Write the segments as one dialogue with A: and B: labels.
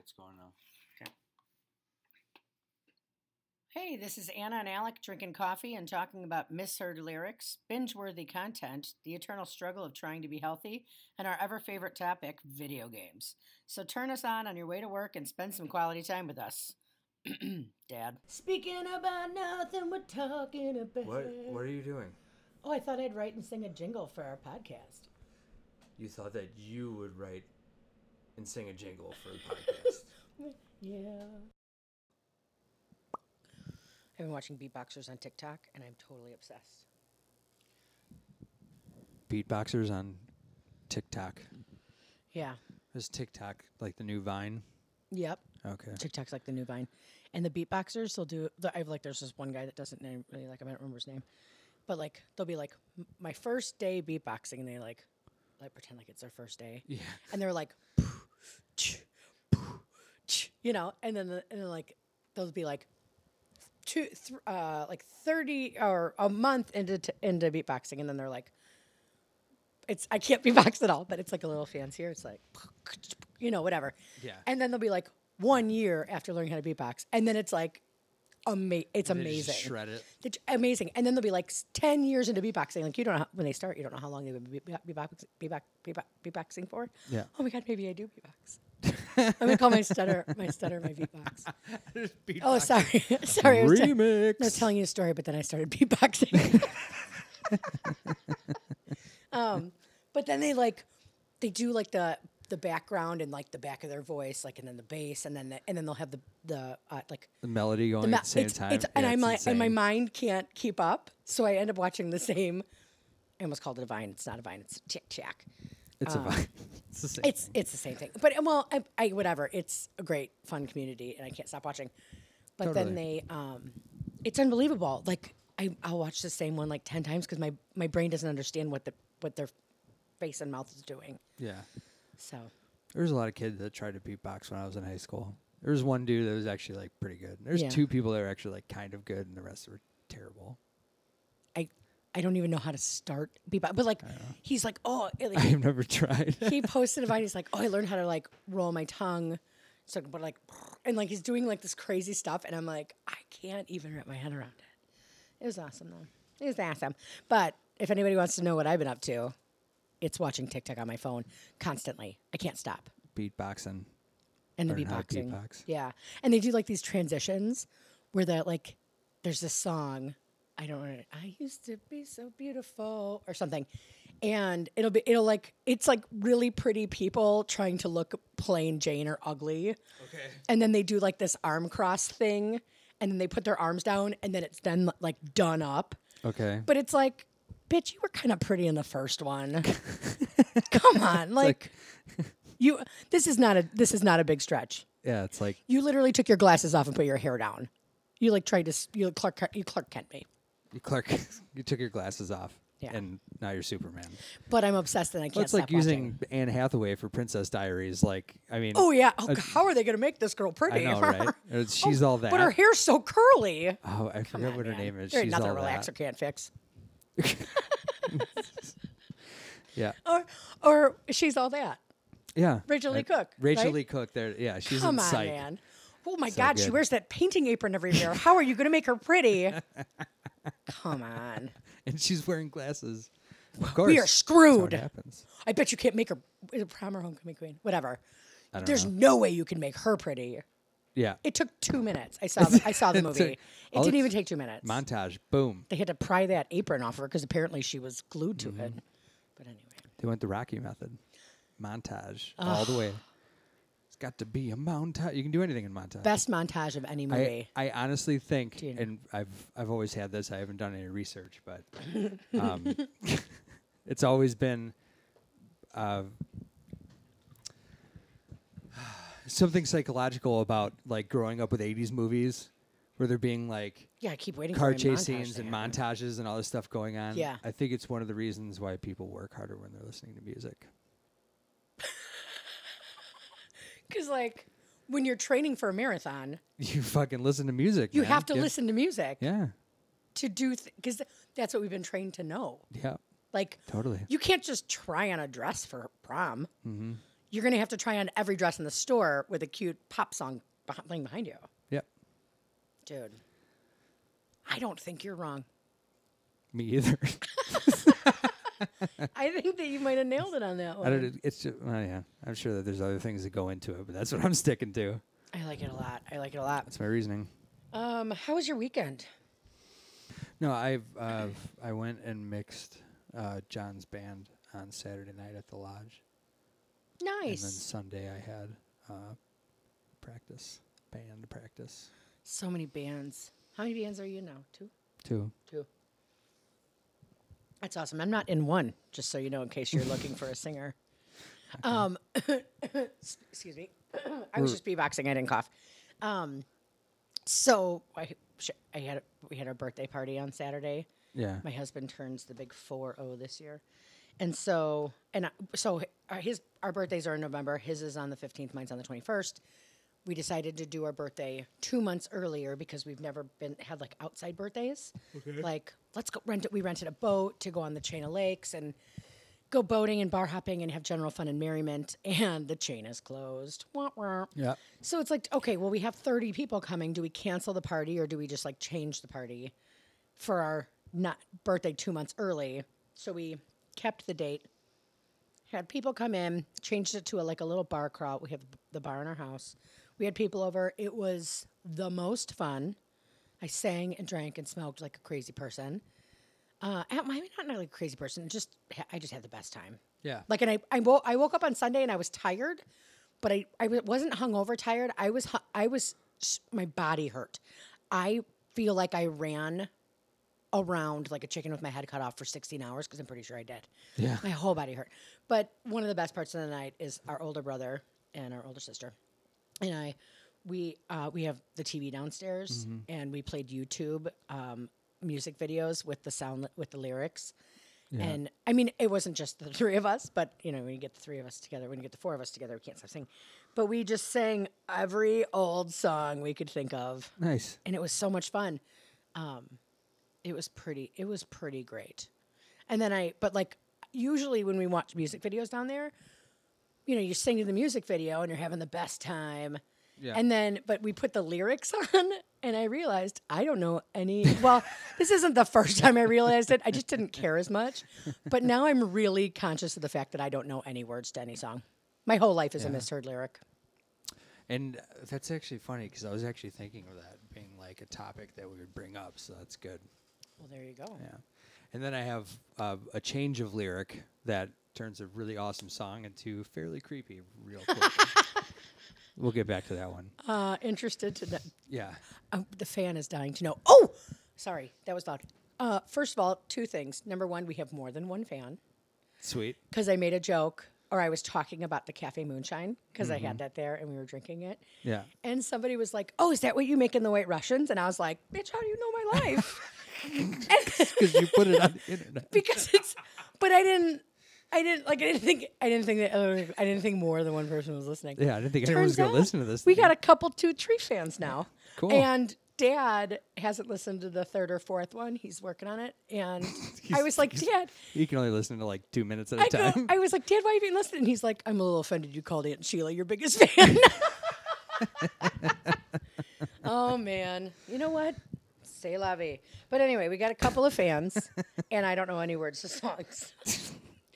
A: it's going now.
B: Hey, this is Anna and Alec drinking coffee and talking about misheard lyrics, binge worthy content, the eternal struggle of trying to be healthy, and our ever favorite topic, video games. So turn us on on your way to work and spend some quality time with us. Dad.
C: Speaking about nothing, we're talking about.
A: What What are you doing?
C: Oh, I thought I'd write and sing a jingle for our podcast.
A: You thought that you would write and sing a jingle for the podcast.
C: Yeah. I've been watching beatboxers on TikTok, and I'm totally obsessed.
A: Beatboxers on TikTok.
C: Yeah.
A: Is TikTok like the new Vine?
C: Yep.
A: Okay.
C: TikTok's like the new Vine, and the beatboxers will do. the- I've like there's this one guy that doesn't name really like I don't remember his name, but like they'll be like "M- my first day beatboxing, and they like like pretend like it's their first day. Yeah. And they're like, you know, and then the, and then like they'll be like two th- uh like 30 or a month into t- into beatboxing and then they're like it's I can't beatbox at all but it's like a little fancier it's like you know whatever
A: Yeah.
C: and then they'll be like one year after learning how to beatbox and then it's like ama- it's
A: They just
C: amazing
A: Shred it.
C: It's amazing and then they'll be like s- 10 years into beatboxing like you don't know how, when they start you don't know how long they've been beatbox- beatbox- beatbox- beatbox- beatboxing for
A: Yeah.
C: oh my god maybe I do beatbox I'm gonna call my stutter my stutter my beatbox Oh, sorry. sorry. I was, te-
A: Remix.
C: I was telling you a story, but then I started beatboxing. um, but then they like, they do like the the background and like the back of their voice, like and then the bass, and then the, and then they'll have the the uh, like
A: the melody going
C: Ma-
A: at the same
C: it's-
A: time.
C: it's- and
A: Yeah,
C: I'm like,
A: it's
C: and my
A: insane.
C: mind can't keep up, so I end up watching the same. I almost called it a vine. It's not a vine. It's tic tac.
A: It's a Vine. It's the same.
C: uh, It's it's the same thing, but um, well, I, I whatever. It's a great fun community, and I can't stop watching. But then they, um, it's unbelievable. Like I, I'll watch the same one like ten times because my my brain doesn't understand what the what their face and mouth is doing.
A: yeah.
C: So
A: There was a lot of kids that tried to beatbox when I was in high school. There was one dude that was actually like pretty good. There's
C: Yeah.
A: two people that were actually like kind of good, and the rest were terrible.
C: I I don't even know how to start bebop. But like he's like oh it- like,
A: I've never tried.
C: he posted a vine. He's like oh I learned how to like roll my tongue. So but like and like he's doing like this crazy stuff, and I'm like I can't even wrap my head around it. It was awesome though. It was awesome. But if anybody wants to know what I've been up to, it's watching TikTok on my phone constantly. I can't stop.
A: Beatboxing.
C: And the
A: Learn how to
C: beatboxing.
A: beatbox.
C: Yeah. And they do like these transitions where that like there's this song. I don't know. I used to be so beautiful or something. And it'll be it'll like it's like really pretty people trying to look plain Jane or ugly. Okay. And then they do like this arm cross thing and then they put their arms down and then it's then like done up.
A: Okay.
C: But it's like, bitch, you were kind of pretty in the first one. Come on, like, you. This is not a this is not a big stretch.
A: yeah, it's like
C: You literally took your glasses off and put your hair down. You like tried to s- you Clark Kent- you Clark Kent me.
A: you Clark. you took your glasses off,
C: Yeah.
A: and now you're Superman.
C: But I'm obsessed and I can't.
A: That's like
C: stop watching.
A: using Anne Hathaway for Princess Diaries. Like, I mean,
C: Oh yeah. Oh, how are they going to make this girl
A: I
C: pretty?
A: know, right? Uh, She's all that.
C: But her hair's so curly.
A: oh, I forget what her
C: Man,
A: name is.
C: There ain't
A: She's
C: nothing
A: all
C: a relaxer
A: that.
C: can't fix.
A: Yeah,
C: Or, or she's all that.
A: yeah.
C: Oh, Rachel Lee
A: Uh,
C: Cook,
A: Rachel
C: right?
A: Lee Cook. There, yeah, she's
C: Come
A: in
C: on,
A: Psych.
C: man. Oh my God, she
A: good.
C: wears that painting apron every year. How are you going to make her pretty? Come on.
A: and she's wearing glasses. Of course,
C: We are
A: that's
C: screwed.
A: How it happens.
C: I bet you can't make her is it prom or homecoming queen, whatever.
A: don't
C: There's no way you can make her pretty.
A: Yeah,
C: It took two minutes. I saw. the- I saw the
A: It took-
C: movie. It
A: all
C: didn't
A: it-
C: even take two minutes.
A: montage. Boom.
C: they had to pry that apron off her because apparently she was glued
A: Mm-hmm.
C: to it. But anyway,
A: They went the Rocky method. Montage all the way. It's got to be a montage. You can do anything in montage.
C: best montage of any
A: I,
C: movie.
A: I honestly think,
C: you know?
A: and I've I've always had this. I haven't done any research, but um, it's always been uh, something psychological about like growing up with '80s movies, where there being like
C: yeah, I keep waiting.
A: car
C: for a montage
A: chase scenes
C: to
A: and
C: happen.
A: montages and all this stuff going on.
C: Yeah.
A: I think it's one of the reasons why people work harder when they're listening to music.
C: Because like when you're training for a marathon,
A: You fucking listen to music.
C: you
A: man.
C: have to
A: Get-
C: listen to music
A: Yeah.
C: to do because that's what we've been trained to know.
A: Yeah.
C: Like
A: Totally.
C: you can't just try on a dress for prom. you're going to have to try on every dress in the store with a cute pop song beh- playing behind you.
A: Yep.
C: Dude, I don't think you're wrong.
A: Me either.
C: I think that you might have nailed it on that
A: I
C: one.
A: don't, it's just, well, yeah. I'm sure that there's other things that go into it, but that's what I'm sticking to.
C: I like it a lot. I like it a lot.
A: That's my reasoning.
C: Um, how was your weekend?
A: No, I've uh, I went and mixed uh, John's band on Saturday night at the lodge, and then
C: Nice.
A: Sunday I had uh, practice, band practice
C: So many bands. How many bands are you in now? Two?
A: too.
C: Two. That's awesome. I'm not in one, just so you know, in case you're looking for a singer. Um, s- excuse me. I was just beatboxing. I didn't cough. Um, so I, sh- I had a, we had our birthday party on Saturday.
A: Yeah,
C: My husband turns the big four zero this year, and so and I, so h- our, his our birthdays are in November. His is on the fifteenth. Mine's on the twenty first. We decided to do our birthday two months earlier because we've never been had like outside birthdays. Like let's go rent it. We rented a boat to go on the chain of lakes and go boating and bar hopping and have general fun and merriment. And the chain is closed. Wah, wah.
A: yeah.
C: So it's like, okay, well, we have 30 people coming. Do we cancel the party or do we just like change the party for our not birthday two months early? So we kept the date, had people come in, changed it to a, like a little bar crawl. We have the bar in our house. We had people over. It was the most fun. I sang and drank and smoked like a crazy person. Uh, I- maybe not like a crazy person. Just I just had the best time.
A: Yeah.
C: Like, and I, I, wo- I woke up on Sunday and I was tired, but I, I w- wasn't hungover tired. I was, hu- I was, s- my body hurt. I feel like I ran around like a chicken with my head cut off for 16 hours because I'm pretty sure I did.
A: Yeah.
C: My whole body hurt. But one of the best parts of the night is our older brother and our older sister and I, we uh, we have the TV downstairs, and we played YouTube um, music videos with the sound with the lyrics. And I mean, it wasn't just the three of us, but you know, when you get the three of us together, when you get the four of us together, we can't stop singing. But we just sang every old song we could think of,
A: nice.
C: and it was so much fun. Um, it was pretty. It was pretty great. And then I, but like usually when we watch music videos down there, you know, you're singing the music video and you're having the best time.
A: Yeah.
C: And then, but we put the lyrics on, and I realized I don't know any. Well, this isn't the first time I realized it. I just didn't care as much. But now I'm really conscious of the fact that I don't know any words to any song. My whole life is a misheard lyric.
A: And uh, that's actually funny because I was actually thinking of that being like a topic that we would bring up, so that's good.
C: Well, there you go.
A: Yeah. And then I have uh, a change of lyric that turns a really awesome song into fairly creepy real quick. we'll get back to that one.
C: Uh, interested to know.
A: Yeah.
C: Uh, the fan is dying to know. Oh, sorry, that was loud. Uh, first of all, two things. Number one, we have more than one fan.
A: Sweet.
C: because I made a joke or I was talking about the cafe moonshine because I
A: Mm-hmm.
C: had that there and we were drinking it.
A: Yeah.
C: And somebody was like, "Oh, is that what you make in the White Russians?" And I was like, "Bitch, how do you know my life?" And-
A: Because you put it on the internet.
C: because it's, but I didn't, I didn't like, I didn't think, I didn't think that, other, I didn't think more than one person was listening.
A: Yeah, I didn't think anyone was
C: Turns
A: gonna
C: out
A: listen to this
C: We
A: thing.
C: got a couple two tree fans now.
A: Cool.
C: And Dad hasn't listened to the third or fourth one. He's working on it. And I was like, Dad,
A: You can only listen to like two minutes at a
C: I, go,
A: time.
C: I was like, Dad, why have you listened? And he's like, I'm a little offended you called Aunt Sheila your biggest fan. oh, man. You know what? Say la vie. But anyway, we got a couple of fans, and I don't know any words to songs.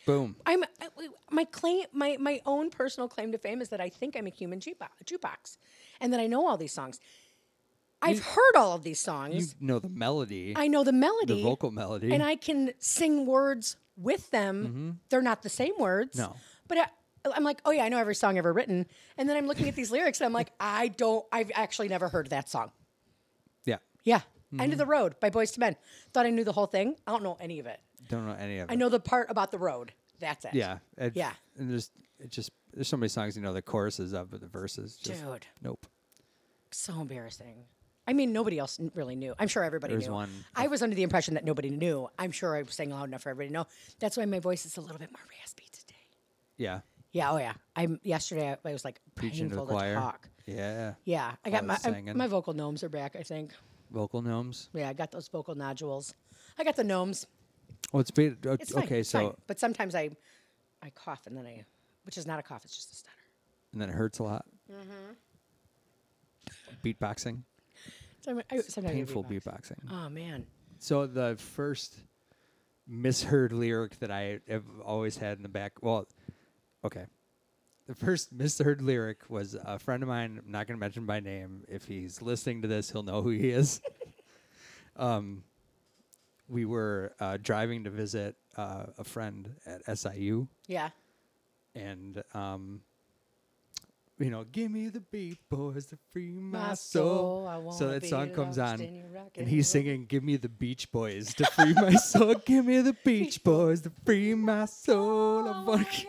A: Boom.
C: I'm I- w- my claim, my my own personal claim to fame is that I think I'm a human jukebo- jukebox, and that I know all these songs. I've heard all of these
A: You
C: songs.
A: know the melody,
C: I know the melody,
A: the vocal melody. Mm-hmm.
C: and I can sing words with them. They're not the same words.
A: No.
C: But I, I'm like, oh yeah, I know every song ever written. And then I'm looking at these lyrics and I'm like, I don't, I've actually never heard that song.
A: yeah.
C: Yeah. End
A: Mm-hmm.
C: of the Road by Boys to Men. Thought I knew the whole thing. I don't know any of it.
A: Don't know any of it.
C: I know the part about the road. That's it.
A: Yeah. And,
C: Yeah.
A: And there's it just there's so many songs you know the choruses of, but the verses just
C: Dude.
A: nope.
C: So embarrassing. I mean, nobody else n- really knew. I'm sure everybody
A: There's
C: knew.
A: one-
C: I was under the impression that nobody knew. I'm sure I was saying loud enough for everybody to know. That's why my voice is a little bit more raspy today.
A: Yeah.
C: Yeah, oh yeah. I'm yesterday. I, I was like
A: Preaching to the
C: painful to
A: choir.
C: talk.
A: Yeah.
C: Yeah, I got
A: All
C: my
A: the
C: I,
A: singing.
C: my vocal gnomes are back. I think.
A: Vocal gnomes.
C: Yeah, I got those vocal nodules. I got the gnomes.
A: Oh, it's, be- o-
C: It's fine,
A: okay.
C: it's
A: so
C: fine. but sometimes I, I cough and then I which is not a cough, it's just a stutter.
A: and then it hurts a lot.
C: Mm-hmm.
A: Beatboxing,
C: So I, I, sometimes I
A: painful
C: beatbox.
A: beatboxing.
C: Oh man,
A: So the first misheard lyric that I have always had in the back. Well, okay. The first misheard lyric was a friend of mine. I'm not going to mention by name. If he's listening to this, he'll know who he is. um, we were uh, driving to visit uh, a friend at SIU,
C: yeah.
A: and um, you know, give me the beat, boys, to free my,
C: My
A: soul.
C: soul, I
A: So
C: wanna
A: that
C: be
A: song comes
C: lost
A: on,
C: in your rock
A: and
C: and
A: he's
C: roll.
A: singing, "Give me the Beach Boys to free my soul. Give me the Beach Boys to free my
C: Oh,
A: soul." I wanna g-"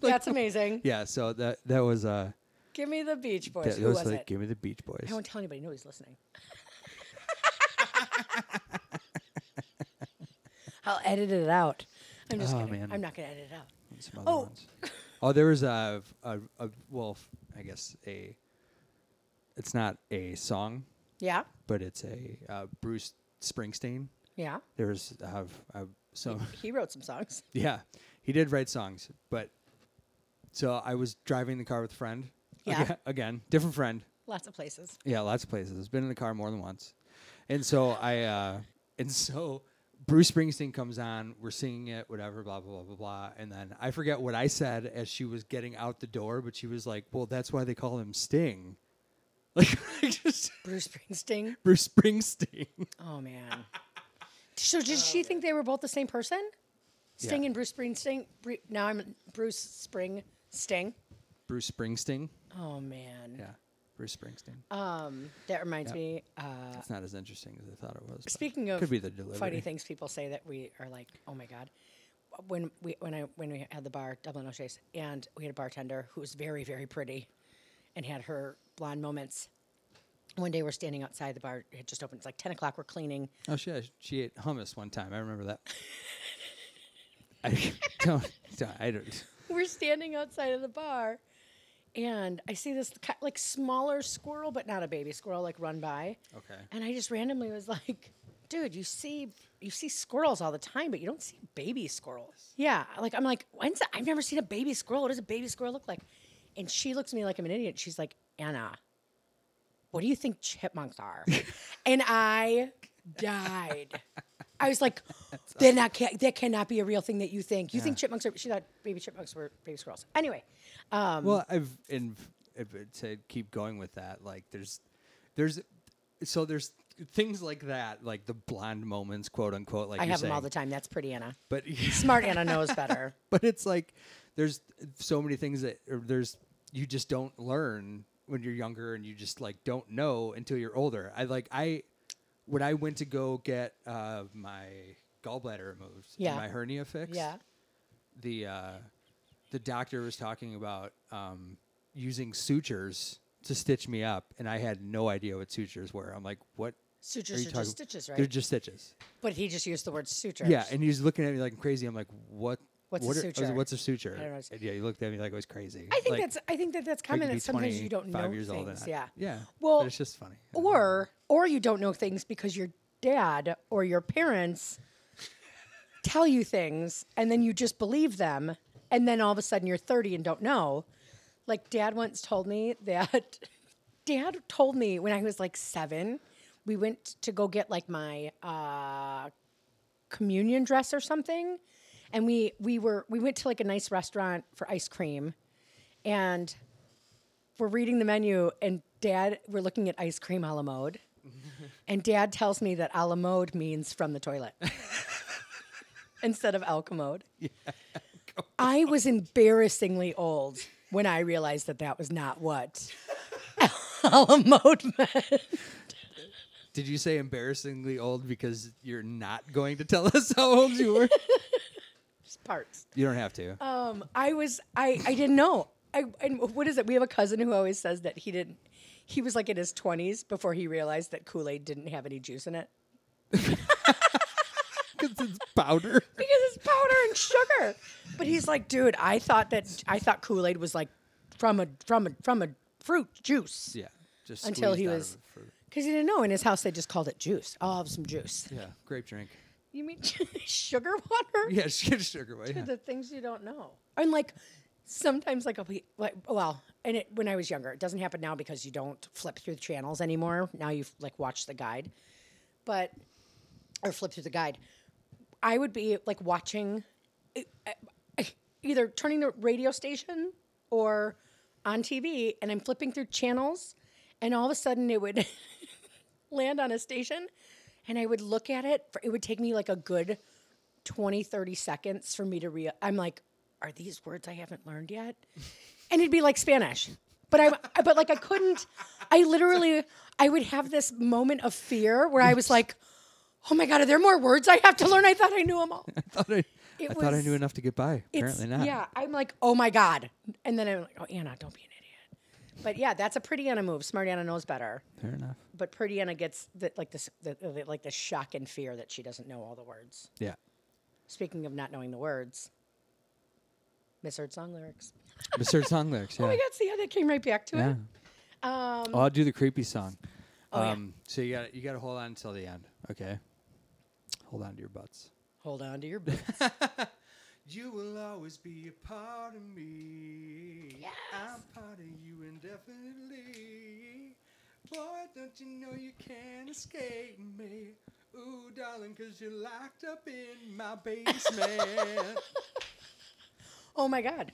C: That's amazing.
A: yeah, so that that was uh,
C: Give me the Beach Boys.
A: that,
C: Who
A: was,
C: was
A: like,
C: it?
A: "Give me the Beach Boys."
C: I won't tell anybody. Nobody's listening. I'll edit it out. I'm just
A: Oh,
C: kidding.
A: man.
C: I'm not gonna edit it out.
A: and some other
C: Oh.
A: ones. Oh, there was a, a a well, f- I guess a. It's not a song,
C: Yeah,
A: but it's a uh, Bruce Springsteen.
C: yeah.
A: There's uh, uh, so
C: He wrote some songs.
A: Yeah, he did write songs, but so I was driving the car with a friend.
C: Yeah.
A: Aga- Again, different friend.
C: Lots of places.
A: Yeah, lots of places. Been in the car more than once, and so I uh, and so Bruce Springsteen comes on. We're singing it, whatever, blah blah blah blah blah. And then I forget what I said as she was getting out the door, but she was like, "Well, that's why they call him Sting." Like just
C: Bruce Springsteen.
A: Bruce Springsteen.
C: Oh man. So did she think they were both the same person? Sting
A: Yeah.
C: and Bruce Springsteen. Bru- Now I'm Bruce Spring Sting.
A: Bruce Springsteen.
C: Oh man.
A: Yeah, Bruce Springsteen.
C: Um, that reminds me. Uh,
A: it's not as interesting as I thought it was. but
C: Speaking of
A: could be the delivery.
C: funny things people say that we are like, oh my god. When we when I when we had the bar Dublin O'Shea's and we had a bartender who was very very pretty, and had her blonde moments. One day we're standing outside the bar. It had just opened. It's like ten o'clock. We're cleaning.
A: Oh, she she ate hummus one time. I remember that. I don't, don't- I don't.
C: We're standing outside of the bar, and I see this ki- like smaller squirrel, but not a baby squirrel, like run by.
A: Okay.
C: And I just randomly was like, dude, you see you see squirrels all the time, but you don't see baby squirrels. Yeah. Like I'm like, when's the- I've never seen a baby squirrel. What does a baby squirrel look like? And she looks at me like I'm an idiot. She's like, Anna, what do you think chipmunks are? and I died. I was like, they're not, ca- that cannot be a real thing that you think. You think chipmunks are, she thought baby chipmunks were baby squirrels. Anyway, um,
A: Well, I've and if it- to keep going with that, like there's, there's, so there's things like that, like the blonde moments, quote unquote. Like
C: I
A: you're
C: have them all the
A: saying.
C: time. That's pretty Anna.
A: But
C: Smart Anna knows better.
A: but it's like there's so many things that or there's you just don't learn when you're younger and you just like don't know until you're older i like i when i went to go get uh, my gallbladder removed
C: Yeah.
A: and my hernia fixed
C: Yeah.
A: the uh, the doctor was talking about um, using sutures to stitch me up and i had no idea what sutures were i'm like what
C: Sutures are just stitches,
A: they're
C: right?
A: just stitches
C: But he just used the word suture.
A: yeah, and he's looking at me like I'm crazy. I'm like, what?
C: What's a
A: what are- I was like,
C: suture?
A: what's a suture?
C: don't know.
A: And yeah, he looked at me like I was crazy.
C: I think
A: Like,
C: that's I think that that's
A: I could
C: common
A: be
C: that sometimes you don't know
A: 25 years old and
C: things.
A: I-
C: yeah.
A: yeah.
C: Well,
A: but it's just funny.
C: Or or you don't know things because your dad or your parents tell you things and then you just believe them and then all of a sudden you're 30 and don't know. Like dad once told me that dad told me when I was like 7, we went to go get like my uh communion dress or something and we we were we went to like a nice restaurant for ice cream and we're reading the menu and dad we're looking at ice cream a la mode and dad tells me that a la mode means from the toilet instead of al commode i was embarrassingly old when i realized that that was not what a la mode meant
A: Did you say embarrassingly old because you're not going to tell us how old you were?
C: parts
A: you don't have to.
C: Um, I was I I didn't know. I and what is it? We have a cousin who always says that he didn't. He was like in his twenties before he realized that Kool Aid didn't have any juice in it
A: Because it's powder.
C: because it's powder and sugar. But he's like, dude, I thought that I thought Kool Aid was like from a from a from a fruit juice
A: yeah. Just
C: until he
A: squeezed out of
C: was
A: it for-
C: because he didn't know. In his house, they just called it juice. I'll have some juice.
A: yeah, grape drink.
C: You mean sugar water?
A: Yeah, sugar. sugar but yeah.
C: The things you don't know. And like sometimes like a we- like well and it when i was younger it doesn't happen now because you don't flip through the channels anymore now you like watch the guide but or flip through the guide i would be like watching eh, eh, eh, either turning the radio station or on tv and i'm flipping through channels and all of a sudden it would land on a station and i would look at it for, it would take me like a good 20 30 seconds for me to real i'm like are these words i haven't learned yet and it'd be like spanish but i I- but like i couldn't i literally i would have this moment of fear where i was like oh my god are there more words i have to learn i thought i knew them all
A: thought I,
C: It
A: I thought I
C: was-
A: knew enough to get by.
C: It's-
A: Apparently not.
C: yeah i'm like oh my god and then i'm like oh anna don't be an idiot but yeah that's a pretty anna move smart anna knows better
A: Fair enough.
C: but pretty anna gets the, like this the, the, like the shock and fear that she doesn't know all the words
A: Yeah.
C: Speaking of not knowing the words, misheard song lyrics.
A: Absurd song lyrics. Yeah.
C: Oh my God, see how that came right back to
A: yeah.
C: it? Um,
A: oh, I'll do the creepy song.
C: Oh, yeah.
A: um, So you got you got to hold on until the end. Okay. Hold on to your butts.
C: Hold on to your boots.
A: You will always be a part of me. I'm part of you indefinitely. Boy, don't you know you can't escape me? Ooh, darling, cause you're locked up in my basement.
C: oh my God.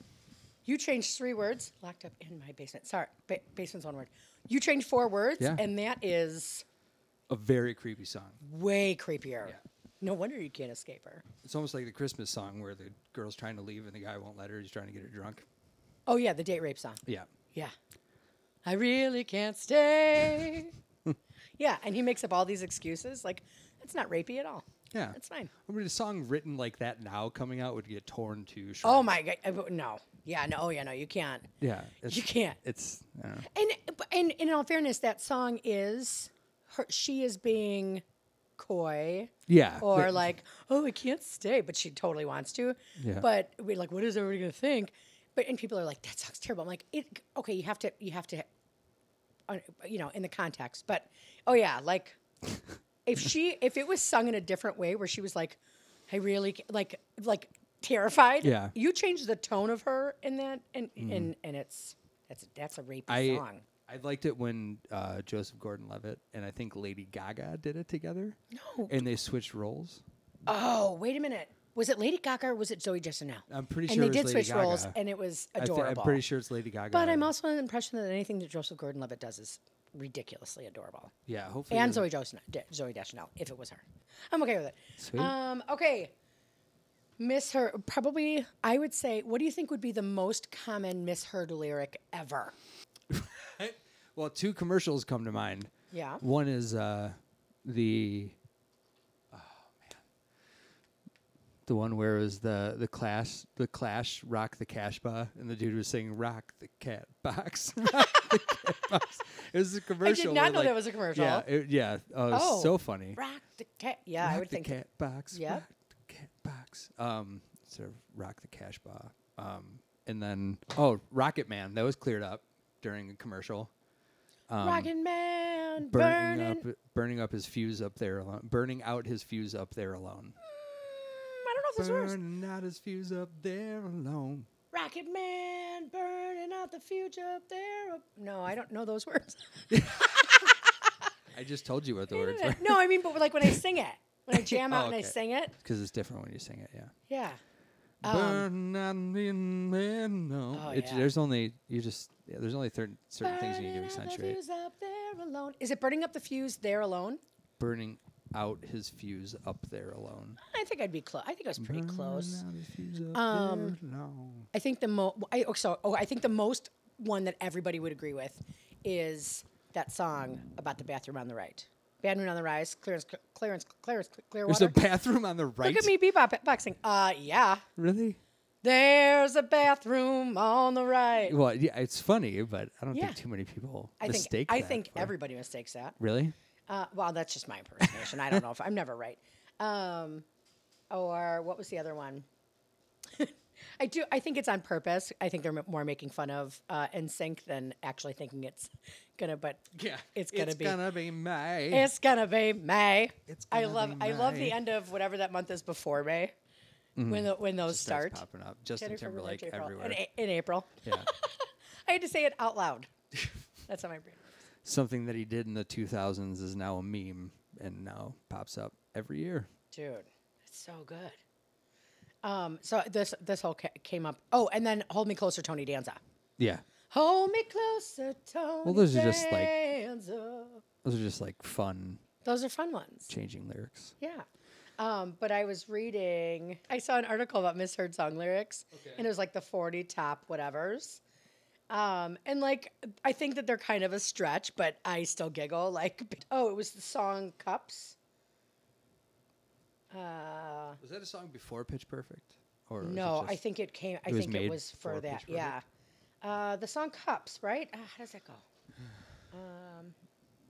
C: You changed three words, locked up in my basement. Sorry, ba- basement's one word. You changed four words,
A: Yeah.
C: and that is
A: a very creepy song.
C: way creepier.
A: Yeah.
C: No wonder you can't escape her.
A: It's almost like the Christmas song where the girl's trying to leave and the guy won't let her. He's trying to get her drunk.
C: Oh, yeah, the date rape song.
A: Yeah.
C: Yeah. I really can't stay. yeah, and he makes up all these excuses. Like, that's not rapey at all.
A: Yeah.
C: That's fine.
A: I mean, a song written like that now coming out would get torn to shreds.
C: Oh my god! I w- No, yeah, no, oh yeah, no, you can't.
A: Yeah. It's,
C: You can't.
A: It's, I don't know.
C: And, but- and and in all fairness, that song is her. She is being coy
A: Yeah.
C: or
A: but-
C: like, oh, I can't stay, but she totally wants to.
A: Yeah.
C: But we're like, what is everybody gonna think? But and people are like, that song's terrible. I'm like, it. Okay, you have to, you have to, uh, you know, in the context. But oh yeah, like if she, if it was sung in a different way, where she was like, I really ca- like, like terrified.
A: Yeah. Mm-hmm.
C: You change the tone of her in that, and and and it's that's that's a rapey
A: I
C: song.
A: I liked it when uh, Joseph Gordon-Levitt and I think Lady Gaga did it together. No, and they switched roles.
C: Oh, wait a minute. Was it Lady Gaga or was it Zoe Deschanel?
A: I'm pretty
C: and
A: sure
C: they
A: it
C: did
A: was Lady
C: switch roles,
A: Gaga.
C: and it was
A: I thi-
C: adorable.
A: I'm pretty sure it's Lady Gaga.
C: But I'm also under the impression that anything that Joseph Gordon-Levitt does is ridiculously adorable.
A: yeah. Hopefully,
C: And
A: there's-
C: Zoe Deschanel, De- Zoe Deschanel, if it was her, I'm okay with it.
A: Sweet.
C: Um, okay, miss her. Probably, I would say. What do you think would be the most common misheard lyric ever?
A: well, two commercials come to mind.
C: Yeah.
A: One is uh, the oh man, the one where it was the the Clash, the Clash, rock the cash bar, and the dude was saying rock the cat box, rock the cat box. It was a commercial.
C: not
A: where,
C: know that
A: like-
C: was a commercial.
A: Yeah, it- yeah. Oh, it was
C: Oh.
A: so funny.
C: Rock the cat. Yeah, I
A: Rock
C: would
A: the
C: think.
A: cat box.
C: Yep.
A: Rock the cat box. Um, sort of rock the cash bar. Um, and then oh, Rocket Man. That was cleared up during a commercial.
C: Rockin' man,
A: Burning,
C: burning.
A: um, up, burning up his fuse up there alone. Burning out his fuse up there alone.
C: mm, I don't know if this works.
A: Burning out his fuse up there alone.
C: Rocket Man burning out the future up there. Up. No, I don't know those words.
A: I just told you what the words were
C: no, I mean, but like when I sing it, when I jam
A: Oh,
C: out and I
A: okay.
C: sing it,
A: because it's different when you sing it. Yeah.
C: yeah.
A: Burning out in there alone.
C: Um, Oh,
A: It's-
C: yeah.
A: There's only you just yeah, there's only certain certain things you need to
C: Burning out the
A: accentuate.
C: fuse up there alone. Is it burning up the fuse there alone?
A: burning out his fuse up there alone.
C: I think I'd be close. I think I was pretty close.
A: Burning out his fuse up
C: Um,
A: there alone.
C: I think the mo. I, oh, so oh, I think the most one that everybody would agree with is that song about the bathroom on the right. Bathroom on the rise. Clarence. Clarence. Clarence.
A: There's
C: Clearwater.
A: a bathroom on the right.
C: Look at me bebop boxing. Uh, yeah.
A: Really?
C: There's a bathroom on the right.
A: Well, yeah, it's funny, but I don't
C: Yeah.
A: think too many people
C: I think
A: mistake
C: I
A: that
C: think
A: for-
C: everybody mistakes that.
A: Really?
C: Uh, well, that's just my impersonation. I don't know if I'm never right. Um, or what was the other one? I do. I think it's on purpose. I think they're m- more making fun of uh, NSYNC than actually thinking it's gonna. But
A: Yeah.
C: It's gonna be-
A: It's gonna be May.
C: it's gonna be May.
A: It's
C: I
A: gonna
C: love.
A: be
C: I love the
A: May. Mm-hmm.
C: end of whatever that month is before May. when the, when those
A: Just
C: start.
A: starts popping up. Justin
C: January, February, March,
A: Timberlake
C: April.
A: everywhere.
C: In, A- in April.
A: yeah,
C: I had to say it out loud. That's how my brain. works.
A: something that he did in the 2000s is now a meme and now pops up every year.
C: Dude, it's so good. Um, so this this whole ca- came up. Oh, and then "Hold Me Closer," Tony Danza.
A: Yeah,
C: Hold me closer, Tony. Well,
A: those are just, like-
C: Danza.
A: those are just like fun
C: Those are fun ones.
A: changing lyrics.
C: Yeah. Um, but I was reading, I saw an article about misheard song lyrics, and it was like the 40 top whatevers. Um, and like, I think that they're kind of a stretch, but I still giggle. Like, oh, it was the song Cups. Uh,
A: Was that a song before Pitch Perfect? Or was it
C: no, I
A: just-
C: think it came, I
A: it was
C: think it
A: made
C: was for
A: for
C: that.
A: Pitch
C: Yeah. Uh, the song Cups, right? Uh, how does that go? Um,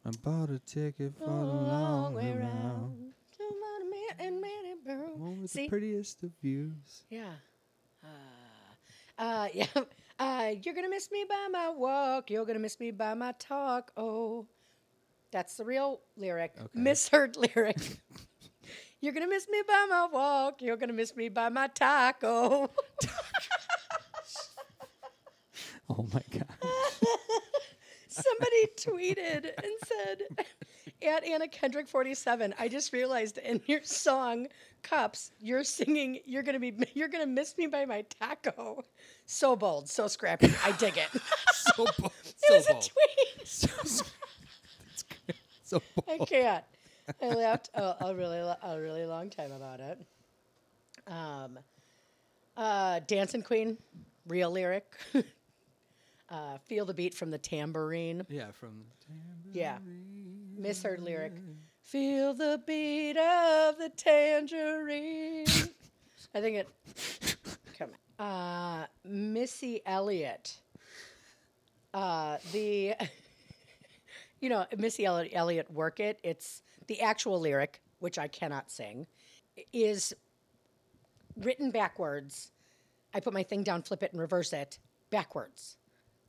A: I bought a ticket for the long way round.
C: To Monument and Moneyborough.
A: One with
C: See?
A: the prettiest of views.
C: Yeah. Uh, uh, yeah. Uh, you're gonna miss me by my walk. You're gonna miss me by my talk. Oh, that's the real lyric.
A: Okay.
C: Misheard lyric. you're gonna miss me by my walk. You're gonna miss me by my taco.
A: Oh my god.
C: Somebody tweeted and said, "At Anna Kendrick 47, I just realized in your song Cups, you're singing, you're gonna be, you're gonna miss me by my taco. So bold, so scrappy. I dig it."
A: so bold.
C: It
A: So
C: was
A: bold.
C: a tweet.
A: So, so, that's good. so
C: I
A: bold.
C: can't. I laughed a, a really lo- a really long time about it. Um, uh, Dancing Queen, real lyric. uh, feel the beat from the tambourine.
A: Yeah, from the
C: Yeah.
A: tambourine.
C: Misheard lyric. Feel the beat of the tangerine. I think it. Come on. Uh, Missy Elliott. Uh, the. You know, Missy Elliott, Elliott Work It. It's the actual lyric, which I cannot sing, is written backwards. I put my thing down, flip it, and reverse it backwards.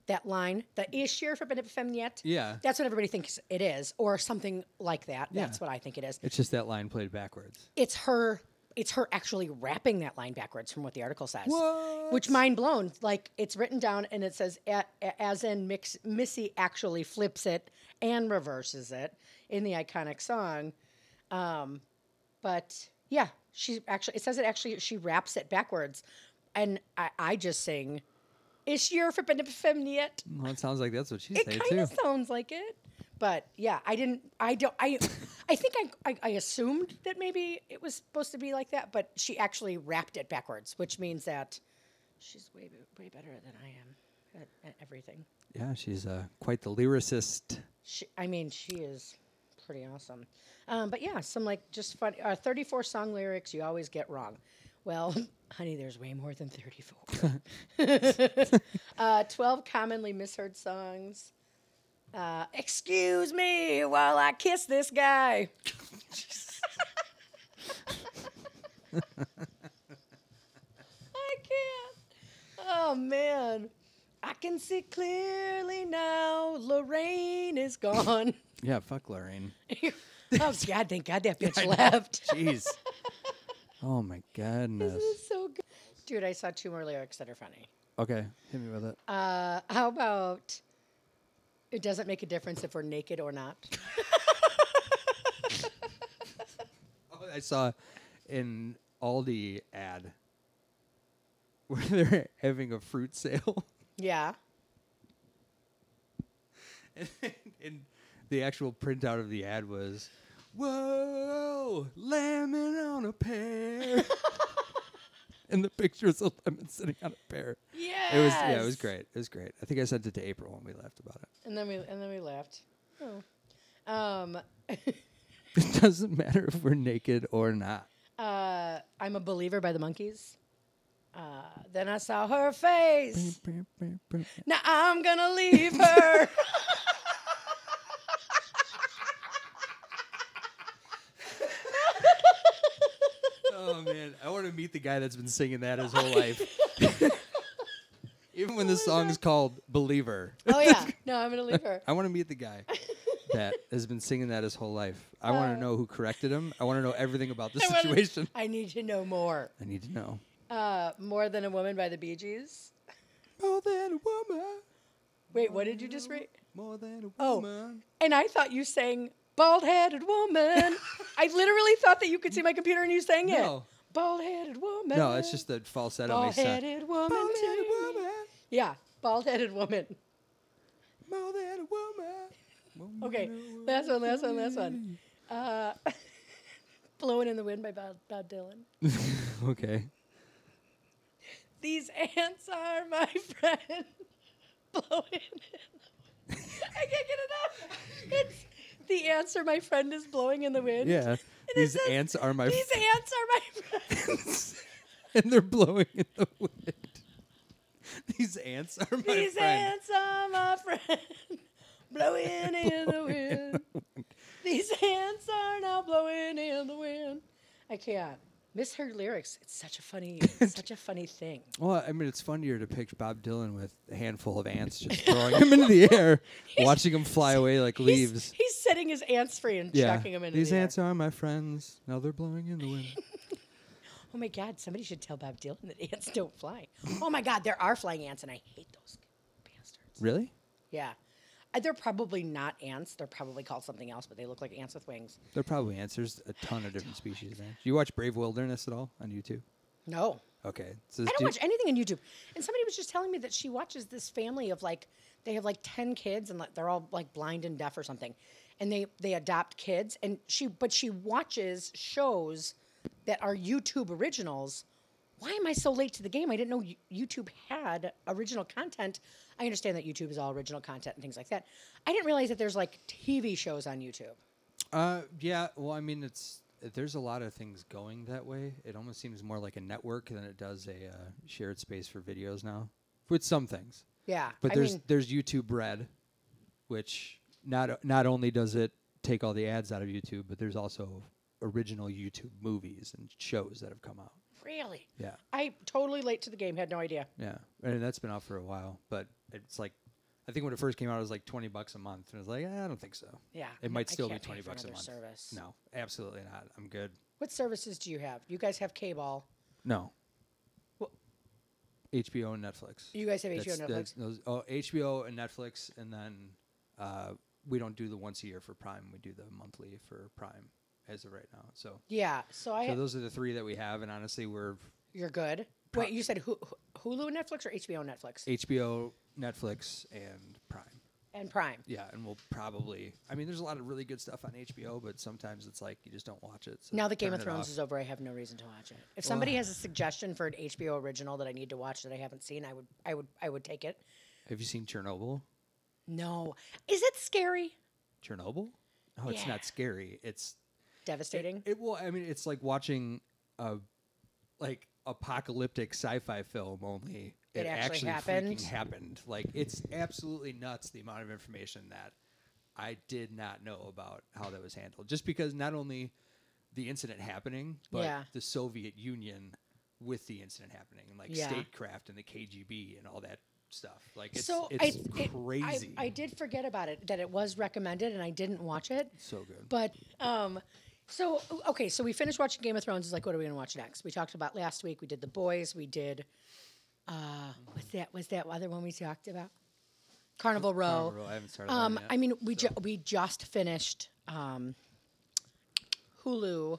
C: That line, the is sheer for yet.
A: Yeah.
C: That's what everybody thinks it is, or something like that. That's
A: Yeah.
C: what I think it is.
A: It's just that line played backwards.
C: It's her. It's her actually rapping that line backwards from what the article says.
A: What?
C: Which mind blown. Like it's written down and it says a a- as in mix, Missy actually flips it and reverses it in the iconic song. Um, but yeah, she actually it says it actually she raps it backwards, and I, I just sing, "Is your flippin' yet?"
A: Well, it sounds like that's what she
C: It
A: said
C: kind
A: too.
C: of sounds like it, but yeah, I didn't. I don't. I. I think I, I. I assumed that maybe it was supposed to be like that, but she actually wrapped it backwards, which means that she's way be- way better than I am at, at everything.
A: Yeah, she's uh, quite the lyricist.
C: She, I mean, she is pretty awesome. Um, but yeah, some like just fun. Uh, Thirty-four song lyrics you always get wrong. Well, honey, there's way more than thirty-four. uh, Twelve commonly misheard songs. Uh, excuse me while I kiss this guy. I can't. Oh man. I can see clearly now. Lorraine is gone.
A: Yeah, fuck Lorraine.
C: oh God! Thank God that bitch left.
A: Jeez. oh my goodness.
C: This is so good, dude. I saw two more lyrics that are funny.
A: Okay, hit me with it.
C: Uh, how about it doesn't make a difference if we're naked or not?
A: Oh, I saw an Aldi ad where they're having a fruit sale,
C: Yeah.
A: and the actual printout of the ad was, "Whoa, lemon on a pear," and the picture is a lemon sitting on a pear.
C: Yeah.
A: It was yeah, it was great. It was great. I think I sent it to April when we laughed about it.
C: And then we and then we left. Oh. Um.
A: It doesn't matter if we're naked or not.
C: Uh. I'm a believer by the monkeys. Uh. Then I saw her face. Now I'm gonna leave her.
A: Oh man, I want to meet the guy that's been singing that his whole life. Even when the song is called Believer,
C: oh yeah. No, I'm gonna leave her.
A: I want to meet the guy. that has been singing that his whole life. I want to know who corrected him. I want to know everything about the
C: Uh. I wanna-
A: situation.
C: I need to know more.
A: I need to know.
C: Uh, more than a woman by the Bee Gees.
A: More than a woman.
C: Wait, what did you just read?
A: More than a
C: Oh.
A: woman.
C: And I thought you sang "Bald Headed Woman." I literally thought that you could see my computer and you sang it.
A: No.
C: Bald Headed Woman.
A: No, it's just the falsetto
C: bald
A: makes sense.
C: headed woman.
A: More
C: to
A: than
C: me.
A: a woman.
C: Yeah, bald headed woman.
A: More than a woman. Woman
C: Okay,
A: a woman.
C: last one, last one, last one. Uh, Blowing in the Wind by Bob, Bob Dylan.
A: okay.
C: These ants are my friend. Blowing in the I can't get enough. It's the ants are my friend is blowing in the wind.
A: Yeah.
C: it
A: These
C: says,
A: ants are my
C: These ants are my friend.
A: friends. and they're blowing in the wind. These ants are my friends.
C: These ants are my friend. Blowing in the wind. These ants are now blowing in the wind. I can't. Miss her lyrics. It's such a funny, it's such a funny thing.
A: Well, I mean, it's funnier to picture Bob Dylan with a handful of ants just throwing him into the air, watching him fly away like
C: He's-
A: leaves.
C: He's, setting his ants free and
A: Yeah.
C: chucking them in
A: These
C: the air.
A: ants are my friends. Now they're blowing in the wind.
C: Oh my God! Somebody should tell Bob Dylan that ants don't fly. oh my God! There are flying ants, and I hate those bastards.
A: really?
C: Yeah, Uh, they're probably not ants. They're probably called something else, but they look like ants with wings.
A: There probably answers a ton of different species of ants. Do you watch Brave Wilderness at all on YouTube?
C: No,
A: Okay. So
C: I don't watch anything on YouTube. And somebody was just telling me that she watches this family of like they have like ten kids and like they're all like blind and deaf or something, and they they adopt kids and she but she watches shows that are YouTube originals. Why am I so late to the game? I didn't know Yo- YouTube had original content. I understand that YouTube is all original content and things like that. I didn't realize that there's like TV shows on YouTube.
A: Uh, yeah. Well, I mean, it's there's a lot of things going that way. It almost seems more like a network than it does a uh, shared space for videos now, with some things.
C: Yeah,
A: But
C: I
A: there's
C: mean,
A: there's YouTube Red, which not not only does it take all the ads out of YouTube, but there's also original YouTube movies and shows that have come out.
C: really,
A: Yeah,
C: I totally late to the game. Had no idea.
A: yeah, and that's been out for a while. But it's like, I think when it first came out, it was like twenty bucks a month, and I was like, "Eh, I don't think so.
C: Yeah,
A: It
C: no,
A: might
C: I
A: still be
C: can't pay
A: twenty
C: for
A: bucks a
C: another
A: month.
C: service.
A: No, absolutely not. I'm good.
C: What services do you have? You guys have cable.
A: No.
C: Well-
A: HBO and Netflix.
C: You guys have HBO
A: That's-
C: and
A: that's
C: Netflix.
A: those- oh, HBO and Netflix, and then uh, we don't do the once a year for Prime. We do the monthly for Prime as of right now. So,
C: yeah, so I
A: so those are the three that we have, and honestly, we're
C: you're good. Wait, you said Hu- Hu- Hulu and Netflix or HBO and Netflix
A: HBO, Netflix, and Prime.
C: and Prime.
A: Yeah, and we'll probably. I mean, there's a lot of really good stuff on HBO, but sometimes it's like you just don't watch it. So
C: Now that Game
A: turn
C: of
A: it
C: Thrones
A: off.
C: is over, I have no reason to watch it. If somebody has a suggestion for an HBO original that I need to watch that I haven't seen, I would, I would, I would take it.
A: Have you seen Chernobyl?
C: No, is it scary?
A: Chernobyl? Oh, it's
C: Yeah.
A: not scary. It's
C: Devastating.
A: It, will. I mean, it's like watching a like apocalyptic sci-fi film. Only
C: It actually happened?
A: freaking happened. Like it's absolutely nuts the amount of information that I did not know about how that was handled. Just because not only the incident happening, but
C: Yeah.
A: the Soviet Union with the incident happening, and like
C: Yeah.
A: statecraft and the KGB and all that stuff. Like it's
C: so
A: it's
C: I, it-
A: crazy.
C: I, I did forget about it that it was recommended and I didn't watch it.
A: so good.
C: But um, so okay, so we finished watching Game of Thrones. It's like, what are we gonna watch next? We talked about last week. We did The Boys. We did. Uh, was that was that other one we talked about? Carnival Row.
A: Carnival Row, I haven't started that
C: Um,
A: yet.
C: I mean, we ju- we just finished um, Hulu,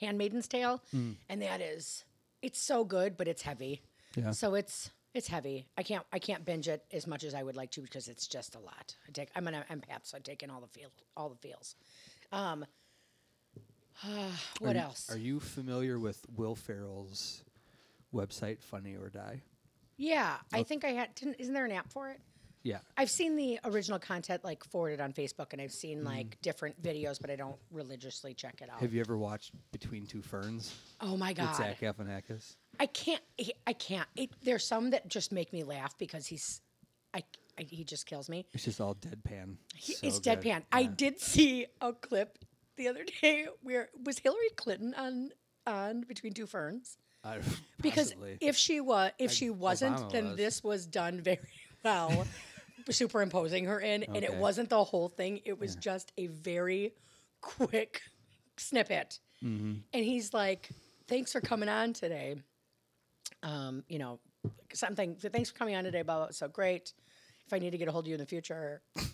C: Handmaiden's Tale,
A: Hmm.
C: and that is it's so good, but it's heavy.
A: Yeah.
C: So it's it's heavy. I can't I can't binge it as much as I would like to because it's just a lot. I take I'm an empath, so I take in all the feel all the feels. Um, what
A: Are you-
C: else?
A: Are you familiar with Will Ferrell's website, Funny or Die?
C: yeah, I think I had. Didn't, isn't there an app for it?
A: Yeah.
C: I've seen the original content like forwarded on Facebook, and I've seen like different videos, but I don't religiously check it out.
A: Hmm. Have you ever watched Between Two Ferns
C: oh my god!
A: with Zach Galifianakis?
C: I can't. he- I can't. It, there's some that just make me laugh because he's, I, I he just kills me.
A: It's just all deadpan.
C: He,
A: So
C: it's
A: good.
C: deadpan. I did see a clip the other day where was Hillary Clinton on on Between Two Ferns
A: I-
C: because
A: possibly.
C: if she was if she wasn't,
A: Obama
C: then
A: was.
C: this was done very well. superimposing her in, and it
A: Okay.
C: wasn't the whole thing. It was just a very quick snippet.
A: Mm-hmm.
C: And he's like, "Thanks for coming on today." Um, you know, something. Thanks for coming on today, Bob. It was so great. If I need to get a hold of you in the future,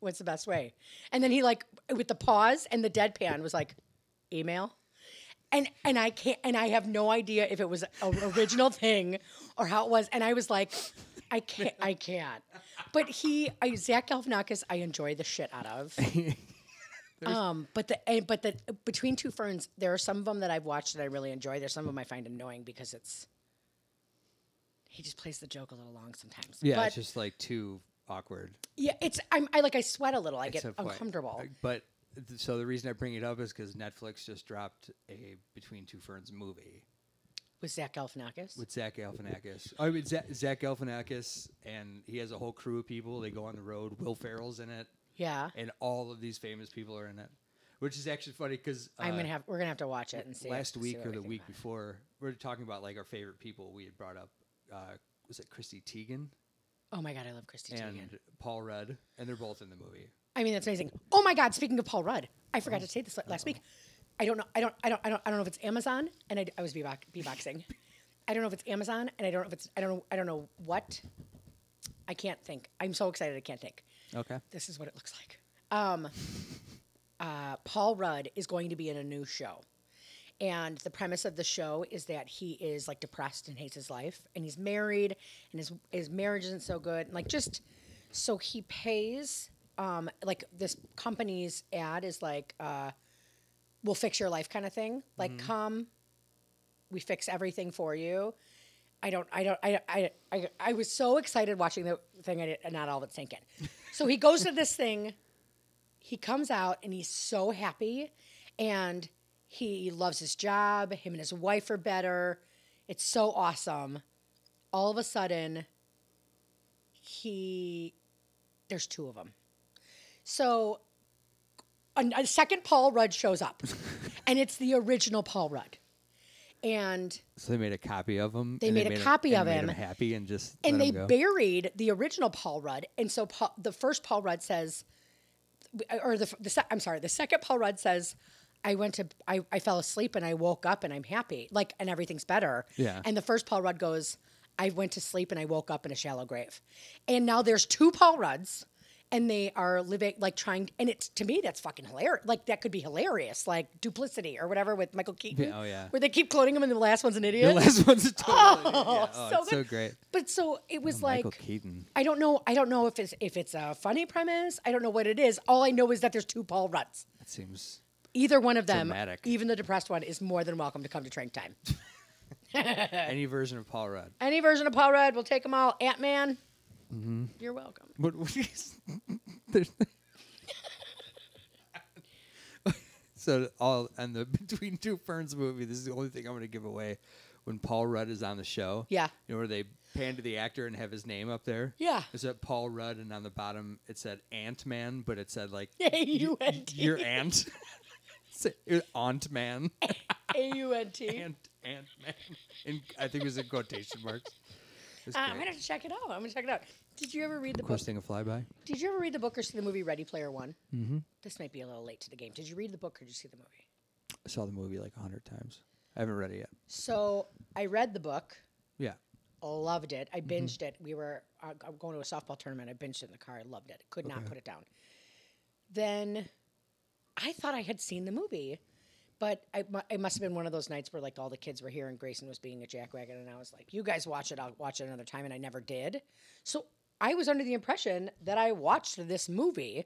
C: what's the best way? And then he like with the pause and the deadpan was like, email. And and I can't and I have no idea if it was an original thing or how it was. And I was like, I can't, I can't. But he, I, Zach Galifianakis, I enjoy the shit out of. um, but the and, but the between two ferns, there are some of them that I've watched that I really enjoy. There's some of them I find annoying because it's he just plays the joke a little long sometimes.
A: Yeah,
C: but
A: it's just like too awkward.
C: yeah, it's I'm I like I sweat a little. I
A: It's
C: get
A: so quite-
C: uncomfortable.
A: But th- so the reason I bring it up is because Netflix just dropped a Between Two Ferns movie
C: with Zach Galifianakis.
A: with Zach Galifianakis. I mean Zach, Zach Galifianakis, and he has a whole crew of people. They go on the road. Will Ferrell's in it,
C: yeah,
A: and all of these famous people are in it, which is actually funny because uh,
C: I'm gonna have we're gonna have to watch it and see.
A: last
C: see
A: week
C: what
A: or
C: we
A: the
C: think
A: week
C: about it.
A: before we were talking about like our favorite people. We had brought up uh, was it Chrissy Teigen
C: Oh my god, I love Christy
A: and
C: Teigen.
A: Paul Rudd, and they're both in the movie.
C: I mean, that's amazing. Oh my god, speaking of Paul Rudd, I forgot to say this la- last week. I don't know. I don't. I don't. I don't. I don't know if it's Amazon. And I, d- I was bebox, boxing. I don't know if it's Amazon, and I don't know if it's. I don't know. I don't know what. I can't think. I'm so excited. I can't think.
A: Okay.
C: This is what it looks like. Um, uh, Paul Rudd is going to be in a new show. And the premise of the show is that he is like depressed and hates his life, and he's married, and his his marriage isn't so good. And like just so he pays, um, like this company's ad is like, uh, "We'll fix your life" kind of thing. Like, come, we fix everything for you. I don't, I don't, I, I, I, I was so excited watching the thing. I did, not all of it sank in. So he goes to this thing he comes out and he's so happy and he loves his job. Him and his wife are better. It's so awesome. All of a sudden, he, there's two of them. So a, a second Paul Rudd shows up and it's the original Paul Rudd. And
A: So they made a copy of him.
C: They
A: and
C: made a copy
A: and
C: of
A: made
C: him,
A: Happy and just
C: and
A: let
C: they
A: him go.
C: buried the original Paul Rudd. And so Paul, the first Paul Rudd says, or the, the se- I'm sorry, the second Paul Rudd says, I went to I, I fell asleep and I woke up and I'm happy, like and everything's better.
A: Yeah.
C: And the first Paul Rudd goes, I went to sleep and I woke up in a shallow grave, and now there's two Paul Rudds, and they are living like trying, and it's to me that's fucking hilarious. Like that could be hilarious, like duplicity or whatever with Michael Keaton.
A: Yeah, oh, yeah.
C: Where they keep cloning him and the last one's an idiot.
A: the last one's a total.
C: Oh,
A: yeah. oh,
C: so
A: it's
C: good.
A: so great.
C: But so it was like
A: Michael Keaton.
C: I don't know. I don't know if it's if it's a funny premise. I don't know what it is. All I know is that there's two Paul Rudds.
A: That seems.
C: Either one of them,
A: Dramatic.
C: even the depressed one, is more than welcome to come to Trank Time.
A: Any version of Paul Rudd.
C: Any version of Paul Rudd, we'll take them all. Ant Man,
A: Mm-hmm.
C: you're welcome.
A: What? what is- there's- so all and the Between Two Ferns movie. This is the only thing I'm going to give away. When Paul Rudd is on the show,
C: Yeah.
A: you know where they pan to the actor and have his name up there.
C: Yeah.
A: it said Paul Rudd, and on the bottom it said Ant Man, but it said like
C: A U N T
A: your aunt, Aunt Man.
C: A U N T.
A: Ant Ant Man. And I think it was in quotation marks. It's
C: Uh, I'm
A: great.
C: gonna have to check it out. I'm gonna check it out. Did you ever read the book?
A: Requesting a flyby.
C: Did you ever read the book or see the movie Ready Player One? Mm-hmm. This might be a little late to the game. Did you read the book or did you see the movie?
A: I saw the movie like a hundred times. I haven't read it yet.
C: So I read the book.
A: Yeah.
C: loved it. I binged it. We were uh, g- going to a softball tournament. I binged it in the car. I loved it. Could not put it down. Then I thought I had seen the movie, but I, mu- it must have been one of those nights where like all the kids were here and Grayson was being a jackwagon, and I was like, "You guys watch it. I'll watch it another time," and I never did. So I was under the impression that I watched this movie,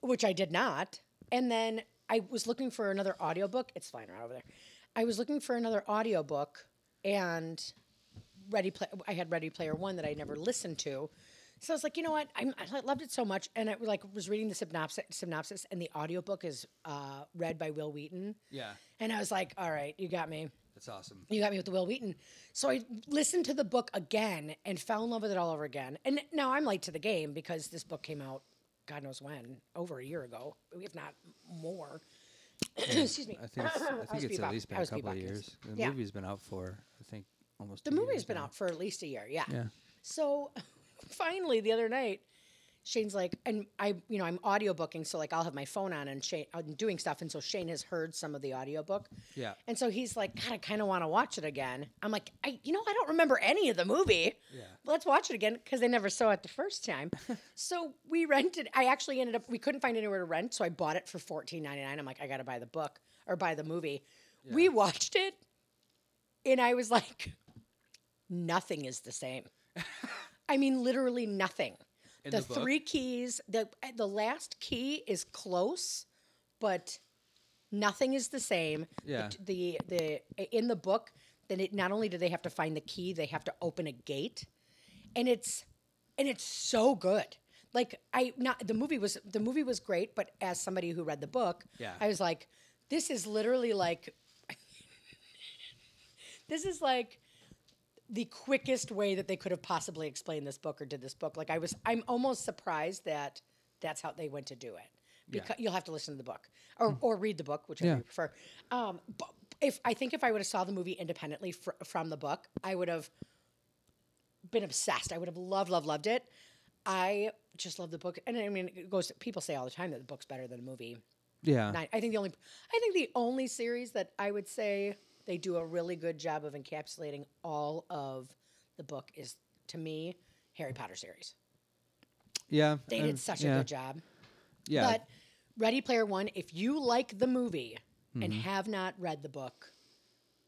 C: which I did not. And then I was looking for another audiobook. It's flying around over there. I was looking for another audiobook and Ready Play. I had Ready Player One that I never listened to, so I was like, you know what? I'm, I loved it so much, and I like was reading the synopsis, synopsis and the audiobook is uh, read by Will Wheaton,
A: Yeah.
C: and I was like, all right, you got me,
A: That's awesome.
C: you got me with the Will Wheaton. So I listened to the book again and fell in love with it all over again. And now I'm late to the game because this book came out, God knows when, over a year ago, if not more. Excuse me.
A: I think it's, I think
C: was
A: it's at
C: bebop-
A: least been
C: I
A: a
C: was
A: couple of
C: bebopping.
A: years. The
C: Yeah.
A: movie's been out for I think almost.
C: The
A: two
C: movie's
A: years
C: been
A: now.
C: out for at least a year.
A: Yeah.
C: So finally the other night shane's like and i you know i'm audiobooking so like i'll have my phone on and shane i'm doing stuff and so shane has heard some of the audiobook
A: Yeah.
C: and so he's like god i kind of want to watch it again i'm like i you know i don't remember any of the movie
A: Yeah.
C: let's watch it again because I never saw it the first time. so we rented. I actually ended up we couldn't find anywhere to rent, so I bought it for fourteen ninety nine. I'm like, I gotta buy the book or buy the movie. We watched it, and I was like, nothing is the same. I mean, literally nothing.
A: In
C: the
A: the book?
C: three keys. the The last key is close, but nothing is the same. The
A: Yeah.
C: t- The the, in the book, then it not only do they have to find the key, they have to open a gate, and it's and it's so good. Like I not the movie was the movie was great, but as somebody who read the book,
A: Yeah.
C: I was like, this is literally like this is like the quickest way that they could have possibly explained this book or did this book. Like I was, I'm almost surprised that that's how they went to do it. Because you'll have to listen to the book or, or read the book, whichever
A: Mm. Yeah.
C: you prefer. Um, but if I think if I would have saw the movie independently fr- from the book, I would have been obsessed. I would have loved, loved, loved it. I just love the book, and I mean, it goes. People say all the time that the book's better than the movie.
A: Yeah.
C: Nine. I think the only I think the only series that I would say they do a really good job of encapsulating all of the book is to me Harry Potter series.
A: Yeah.
C: They
A: and-
C: did such
A: Mm, yeah,
C: a good job.
A: Yeah.
C: But Ready Player One, if you like the movie and
A: Mm-hmm.
C: have not read the book,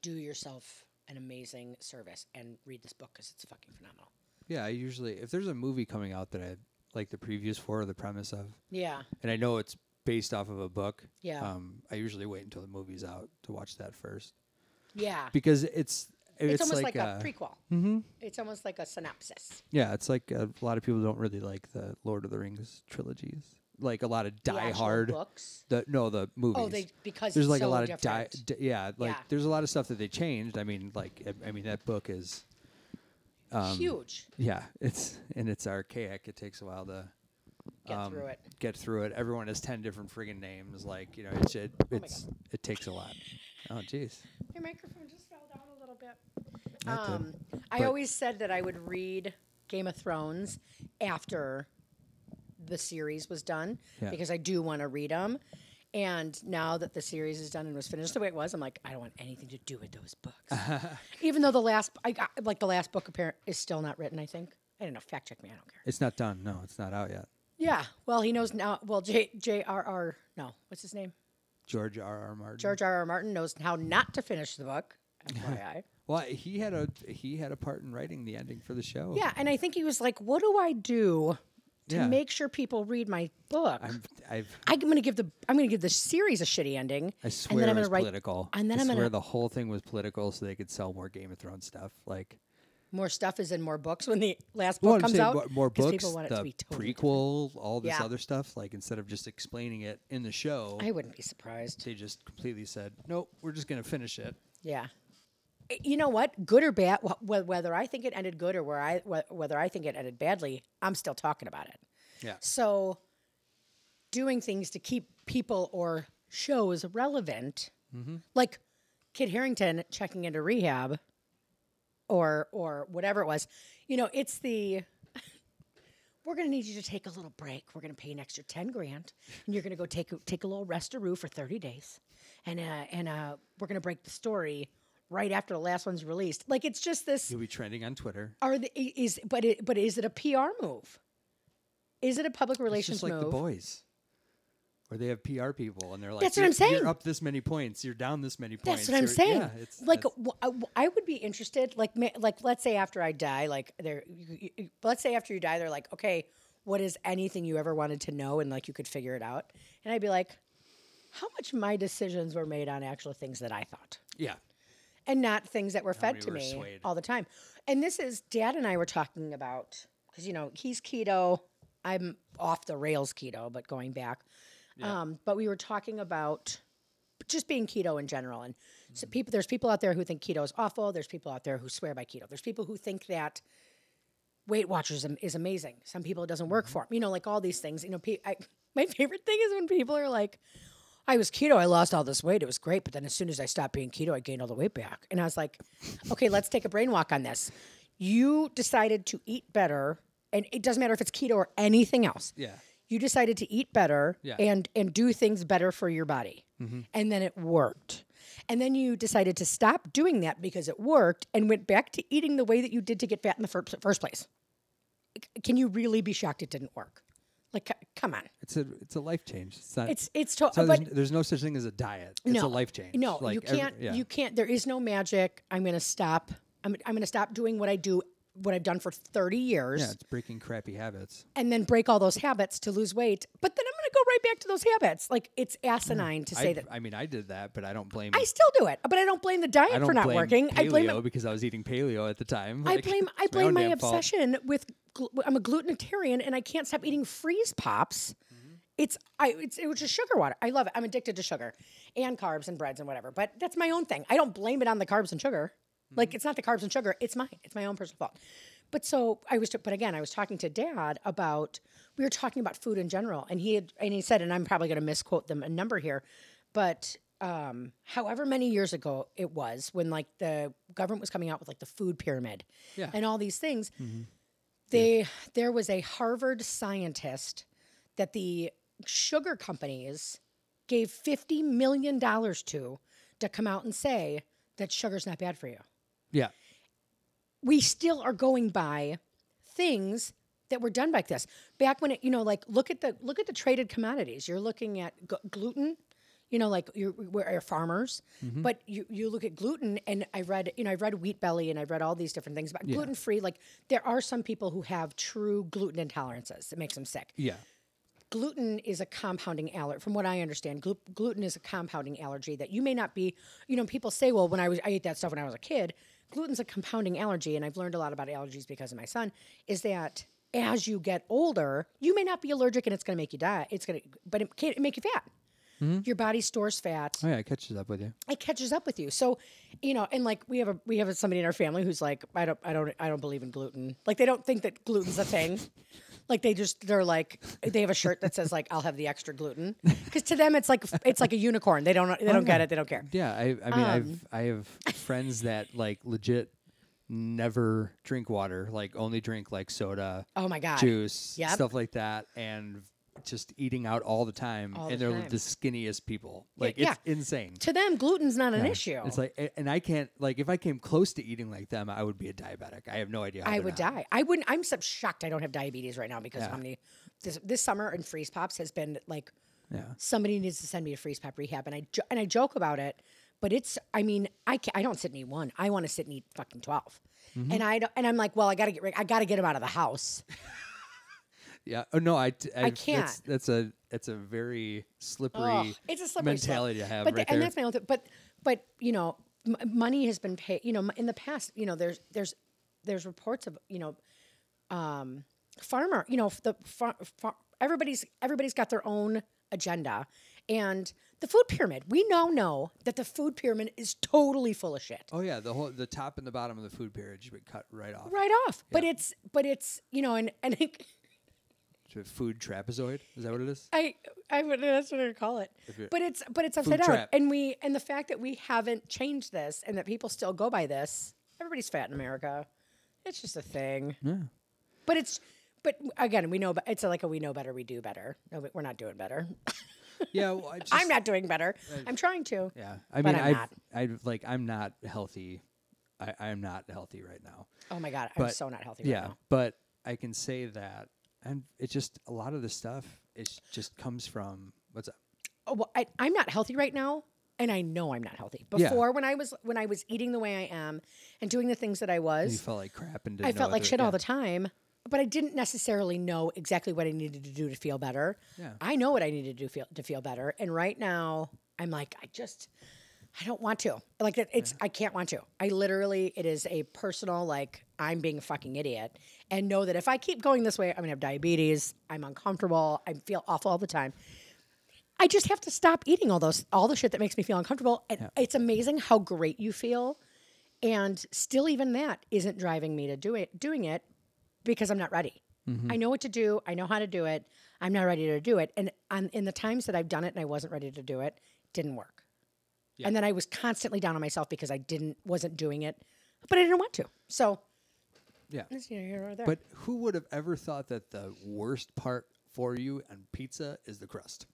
C: do yourself an amazing service and read this book because it's fucking phenomenal.
A: yeah. I usually, if there's a movie coming out that I like the previews for or the premise of,
C: Yeah.
A: and I know it's based off of a book,
C: Yeah.
A: um, I usually wait until the movie's out to watch that first
C: Yeah.
A: because it's it's,
C: It's, almost like,
A: like,
C: a, prequel.
A: mhm.
C: It's almost like a synopsis.
A: Yeah, it's like a lot of people don't really like the Lord of the Rings trilogies. Like a lot of
C: The
A: Die
C: actual
A: Hard.
C: books.
A: The no, the movies.
C: Oh, they because
A: there's
C: it's
A: like
C: so
A: a lot of
C: different.
A: di- d- yeah, like
C: Yeah.
A: there's a lot of stuff that they changed. I mean, like I, I mean that book is um,
C: huge.
A: yeah, it's and it's archaic. It takes a while to
C: Get
A: um,
C: through it.
A: Get through it. Everyone has ten different friggin' names. Like you know, it's it,
C: Oh
A: it's it takes a lot. Oh jeez.
C: Your microphone just fell down a little bit.
A: That did-
C: Um, I
A: but-
C: always said that I would read Game of Thrones after the series was done
A: Yeah.
C: because I do want to read them. And now that the series is done and was finished the way it was, I'm like, I don't want anything to do with those books. Even though the last, I got, like the last book, apparent is still not written. I think I don't know. Fact check me. I don't care.
A: It's not done. No, it's not out yet.
C: Yeah. Well, he knows now. Well, J J R R. No, what's his name?
A: George R. R. Martin.
C: George R R Martin knows how not to finish the book. FYI.
A: Well, he had a he had a part in writing the ending for the show.
C: Yeah, and I think he was like, "What do I do to
A: Yeah.
C: make sure people read my book? I'm,
A: I'm, I've
C: going to give the I'm going to give the series a shitty ending.
A: I swear
C: I'm
A: it was
C: gonna write-
A: political.
C: and then
A: I
C: I'm gonna-
A: swear the whole thing was political so they could sell more Game of Thrones stuff. Like
C: More stuff is in more books when the last book
A: well, I'm
C: comes
A: saying
C: out.
A: mo- more
C: 'cause
A: books,
C: people want it
A: the
C: to be totally
A: prequel, all this
C: Yeah.
A: other stuff. Like instead of just explaining it in the show,
C: I wouldn't be surprised.
A: they just completely said, "Nope, we're just gonna finish it."
C: Yeah. I- You know what? Good or bad, wh- wh- whether I think it ended good or where I wh- whether I think it ended badly, I'm still talking about it.
A: Yeah.
C: So, doing things to keep people or shows relevant, like Kid Harrington checking into rehab, or or whatever it was, you know, it's the we're going to need you to take a little break. We're going to pay you an extra ten grand, and you're going to go take a- take a little restaroo for thirty days, and uh, and uh, we're going to break the story right after the last one's released. Like it's just this
A: You'll be trending on Twitter.
C: are the i- is but it but is it a PR move? Is it a public
A: It's
C: relations
A: just like
C: move?
A: the boys. Or they have PR people, and they're like,
C: That's what I'm
A: "You're-
C: saying.
A: You're up this many points. You're down this many points."
C: That's what I'm
A: you're-"
C: saying.
A: Yeah, it's
C: like,
A: that's-
C: w- I- w- I would be interested. Like, ma- like let's say after I die, like there, you- you- you- let's say after you die, they're like, okay, what is anything you ever wanted to know, and like you could figure it out. And I'd be like, how much my decisions were made on actual things that I thought.
A: yeah,
C: and not things that were fed
A: many
C: to
A: were
C: me
A: swayed?
C: all the time. And this is dad and I were talking about because you know he's keto, I'm off the rails keto, but going back. Um, but we were talking about just being keto in general, and so people there's people out there who think keto is awful. There's people out there who swear by keto. There's people who think that Weight Watchers am- is amazing. Some people it doesn't work for 'em. You know, like all these things. You know, pe- I, my favorite thing is when people are like, I was keto. I lost all this weight. It was great. But then as soon as I stopped being keto, I gained all the weight back. And I was like, okay, let's take a brain walk on this. You decided to eat better and it doesn't matter if it's keto or anything else.
A: Yeah.
C: You decided to eat better
A: Yeah. Mm-hmm.
C: and and do things better for your body. And then it worked. And then you decided to stop doing that because it worked and went back to eating the way that you did to get fat in the fir- first place. C- Can you really be shocked it didn't work? Like c- come on.
A: It's a it's a life change. It's not.
C: It's it's to-
A: so
C: but
A: there's, there's no such thing as a diet. It's a life change.
C: No,
A: Like
C: you
A: every-
C: can't.
A: yeah.
C: You can't. There is no magic. I'm going to stop. I'm, I'm going to stop doing what I do, what I've done for 30 years,
A: yeah, it's breaking crappy habits.
C: and then break all those habits to lose weight. But then I'm going to go right back to those habits. Like it's asinine to say
A: Mm, I,
C: that.
A: I mean, I did that, but I don't blame.
C: I still do it, but I don't blame the
A: I
C: diet
A: don't
C: for not
A: blame
C: working.
A: paleo
C: I blame. it-
A: because I was eating paleo at the time.
C: I
A: Like,
C: blame. I
A: it's own
C: blame my
A: damn fault.
C: obsession with. Gl- I'm a gluten-tarian and I can't stop eating freeze pops. It's I it's it was just sugar water. I love it. I'm addicted to sugar and carbs and breads and whatever. But that's my own thing. I don't blame it on the carbs and sugar. Like it's not the carbs and sugar. It's mine. It's my own personal fault. But so I was. But again, I was talking to Dad about we were talking about food in general, and he had and he said, and I'm probably going to misquote them a number here, but um, however many years ago it was when like the government was coming out with like the food pyramid
A: Yeah.
C: and all these things they there was a Harvard scientist that the sugar companies gave 50 million dollars to to come out and say that sugar's not bad for you.
A: Yeah,
C: We still are going by things that were done like this. Back when it, you know, like look at the look at the traded commodities. You're looking at g- gluten, you know, like you're, we're are farmers, but you, you look at gluten, and I read, you know, I read Wheat Belly, and I read all these different things about gluten free. Like there are some people who have true gluten intolerances. It makes them sick
A: yeah,
C: gluten is a compounding allergy. From what I understand, glu- gluten is a compounding allergy that you may not be. You know, people say, "Well, when I was I ate that stuff when I was a kid." Gluten's a compounding allergy, and I've learned a lot about allergies because of my son. Is that as you get older, you may not be allergic, and it's going to make you die. It's going to, but it can make you fat. Your body stores fat
A: oh yeah, it catches up with you.
C: it catches up with you. So, you know, and like we have a we have somebody in our family who's like, I don't I don't I don't believe in gluten. Like they don't think that gluten's a thing. like they just they're like they have a shirt that says like I'll have the extra gluten because to them it's like it's like a unicorn. They don't they don't get it. They don't care.
A: Yeah, I, I mean,
C: Um.
A: I've I have friends that like legit never drink water, like only drink like soda,
C: Oh my god.
A: juice,
C: Yep.
A: stuff like that, and just eating out all the time,
C: All
A: and
C: the
A: they're
C: time.
A: the skinniest people. Like
C: yeah.
A: it's insane.
C: To them, gluten's not an issue.
A: It's like, a- and I can't like if I came close to eating like them, I would be a diabetic. I have no idea. How
C: I
A: they're
C: would
A: not.
C: die. I wouldn't. I'm so shocked. I don't have diabetes right now because
A: Yeah.
C: how many this this summer in freeze pops has been like
A: Yeah.
C: somebody needs to send me to freeze pop rehab and i jo- and i joke about it but it's i mean i ca I don't sit and eat one i want to sit and eat fucking 12 and i don't, and i'm like well i gotta get rid- i gotta get him out of the house
A: Yeah. Oh no, I. t- I've-
C: can't.
A: That's, that's a that's a very slippery.
C: Ugh, it's a slippery slope.
A: mentality to have
C: But
A: right
C: the- and
A: there.
C: that's my own thing. But but you know, m- money has been paid. You know, m- in the past, you know, there's there's there's reports of you know, um, farmer. You know, the far, far, everybody's everybody's got their own agenda, and the food pyramid. We now know that the food pyramid is totally full of shit.
A: Oh yeah, the whole the top and the bottom of the food pyramid should be cut right off.
C: Right off, but it's but it's you know, and and it,
A: To food trapezoid. Is that what it is?
C: I I would that's what I would call it.
A: you-
C: But it's but it's upside down.
A: trap.
C: And we and the fact that we haven't changed this and that people still go by this, everybody's fat in America. It's just a thing. But it's but again, we know but it's like a we know better, we do better. No, but we're not doing better.
A: Yeah. Well, I just,
C: I'm not doing better. I'm trying to.
A: Yeah. I
C: but
A: mean,
C: I'm
A: I
C: not.
A: I like I'm not healthy. I I'm not healthy right now.
C: Oh my god, I'm
A: But-
C: so not healthy
A: yeah,
C: right now.
A: but I can say that, and it just a lot of the stuff is just comes from what's up.
C: oh, well, I, I'm not healthy right now, and I know I'm not healthy.
A: Yeah.
C: Before, when I was when I was eating the way I am and doing the things that I
A: You
C: was,
A: felt like crap and didn't
C: I
A: know
C: felt
A: what
C: like
A: to-
C: shit
A: yeah.
C: all the time, but I didn't necessarily know exactly what I needed to do to feel better.
A: Yeah.
C: I know what I needed to do feel, to feel better, and right now I'm like, I just, I don't want to. Like it- it's, I can't want to. I literally, it is a personal like I'm being a fucking idiot, and know that if I keep going this way, I'm gonna have diabetes. I'm uncomfortable. I feel awful all the time. I just have to stop eating all those all the shit that makes me feel uncomfortable. And it's amazing how great you feel. And still even that isn't driving me to do it doing it because I'm not ready.
A: Mm-hmm.
C: I know what to do, I know how to do it. I'm not ready to do it. And on, in the times that I've done it and I wasn't ready to do it, it didn't work. And then I was constantly down on myself because I didn't wasn't doing it, but I didn't want to. So
A: Yeah.
C: It's neither here nor there.
A: But who would have ever thought that the worst part for you on pizza is the crust?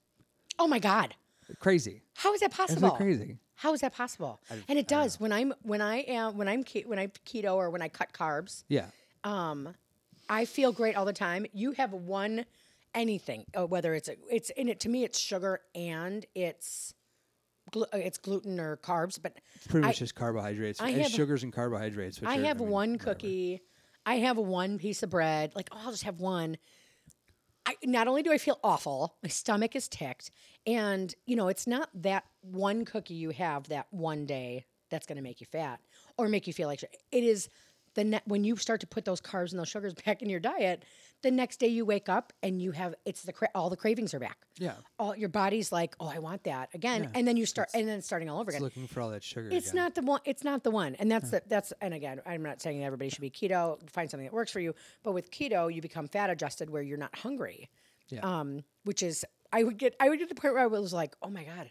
C: oh my god,
A: Crazy.
C: how is that
A: Isn't
C: possible?
A: that crazy?
C: How is that possible? and it does when I'm when I am when I'm ke- when I keto or when I cut carbs.
A: Yeah.
C: Um, I feel great all the time. You have one anything, uh, whether it's it's in it to me, it's sugar and it's glu- uh, it's gluten or carbs. But
A: It's pretty much just carbohydrates
C: I
A: and
C: have-
A: sugars and carbohydrates. Which
C: I
A: are,
C: have
A: mean,
C: one
A: whatever.
C: cookie. I have one piece of bread. Like, oh, I'll just have one. I, not only do I feel awful, my stomach is ticked, and you know it's not that one cookie you have that one day that's going to make you fat or make you feel like shit. it is. The ne- when you start to put those carbs and those sugars back in your diet, the next day you wake up and you have it's the cra- all the cravings are back.
A: Yeah.
C: All your body's like, oh, I want that again,
A: Yeah,
C: and then you start and then starting all over
A: It's
C: again.
A: looking for all that sugar.
C: It's
A: again. Hmm.
C: not the one. It's not the one, and that's the, that's. And again, I'm not saying everybody should be keto. Find something that works for you. But with keto, you become fat adjusted where you're not hungry.
A: Yeah.
C: Um, which is, I would get, I would get to the point where I was like, oh my god,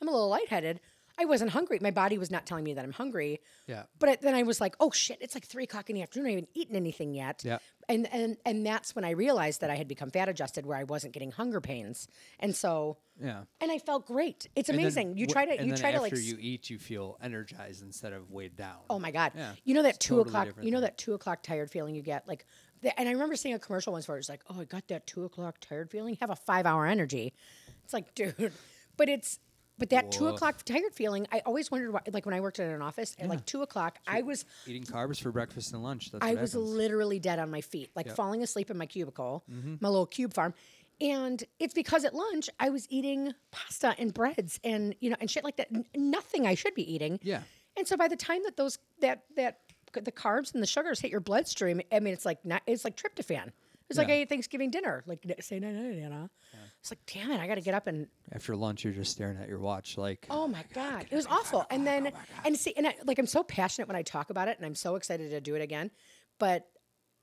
C: I'm a little lightheaded. I wasn't hungry. My body was not telling me that I'm hungry.
A: Yeah.
C: But I- then I was like, oh shit, it's like three o'clock in the afternoon. I haven't eaten anything yet.
A: Yeah.
C: And and and that's when I realized that I had become fat adjusted where I wasn't getting hunger pains, and so.
A: Yeah.
C: And I felt great. It's
A: And then
C: amazing. you
A: wh-
C: try to
A: and
C: you
A: then
C: try to
A: after
C: like
A: you eat, you feel energized instead of weighed down.
C: Oh my god!
A: Yeah,
C: You know that
A: it's
C: two
A: totally
C: o'clock.
A: different
C: You know
A: than-
C: that two o'clock tired feeling you get like. The, and I remember seeing a commercial once where it was like, "Oh, I got that two o'clock tired feeling. Have a five hour energy." It's like, dude, but it's but that two
A: Woof.
C: o'clock tired feeling. I always wondered why. Like when I worked at an office at like two o'clock, I was
A: Eating carbs for breakfast and lunch. That's
C: I
A: what
C: was
A: happens.
C: literally dead on my feet, like falling asleep in my cubicle,
A: Mm-hmm.
C: my little cube farm. And it's because at lunch I was eating pasta and breads and you know and shit like that. N- nothing I should be eating.
A: Yeah.
C: And so by the time that those that that the carbs and the sugars hit your bloodstream, I mean it's like not, it's like tryptophan. It's like
A: Yeah.
C: I ate Thanksgiving dinner, like n- say no no no no. It's like damn it, I got to get up and
A: After lunch, you're just staring at your watch like,
C: Oh my god, it was awful. And then and see and I, like I'm so passionate when I talk about it, and I'm so excited to do it again, but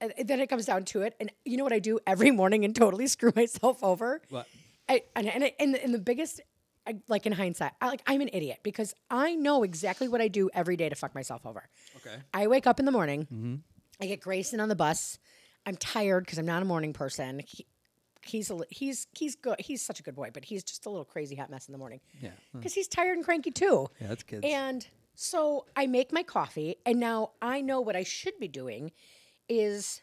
C: and then it comes down to it, and you know what I do every morning and totally screw myself over.
A: What?
C: I, and and, I, and, the, and the biggest, I, like in hindsight, I, like I'm an idiot because I know exactly what I do every day to fuck myself over.
A: okay.
C: I wake up in the morning. I get Grayson on the bus. I'm tired because I'm not a morning person. He, he's a, li- he's he's good. He's such a good boy, but he's just a little crazy hot mess in the morning.
A: Yeah.
C: because he's tired and cranky too.
A: Hmm. Yeah, that's kids.
C: And so I make my coffee, and now I know what I should be doing is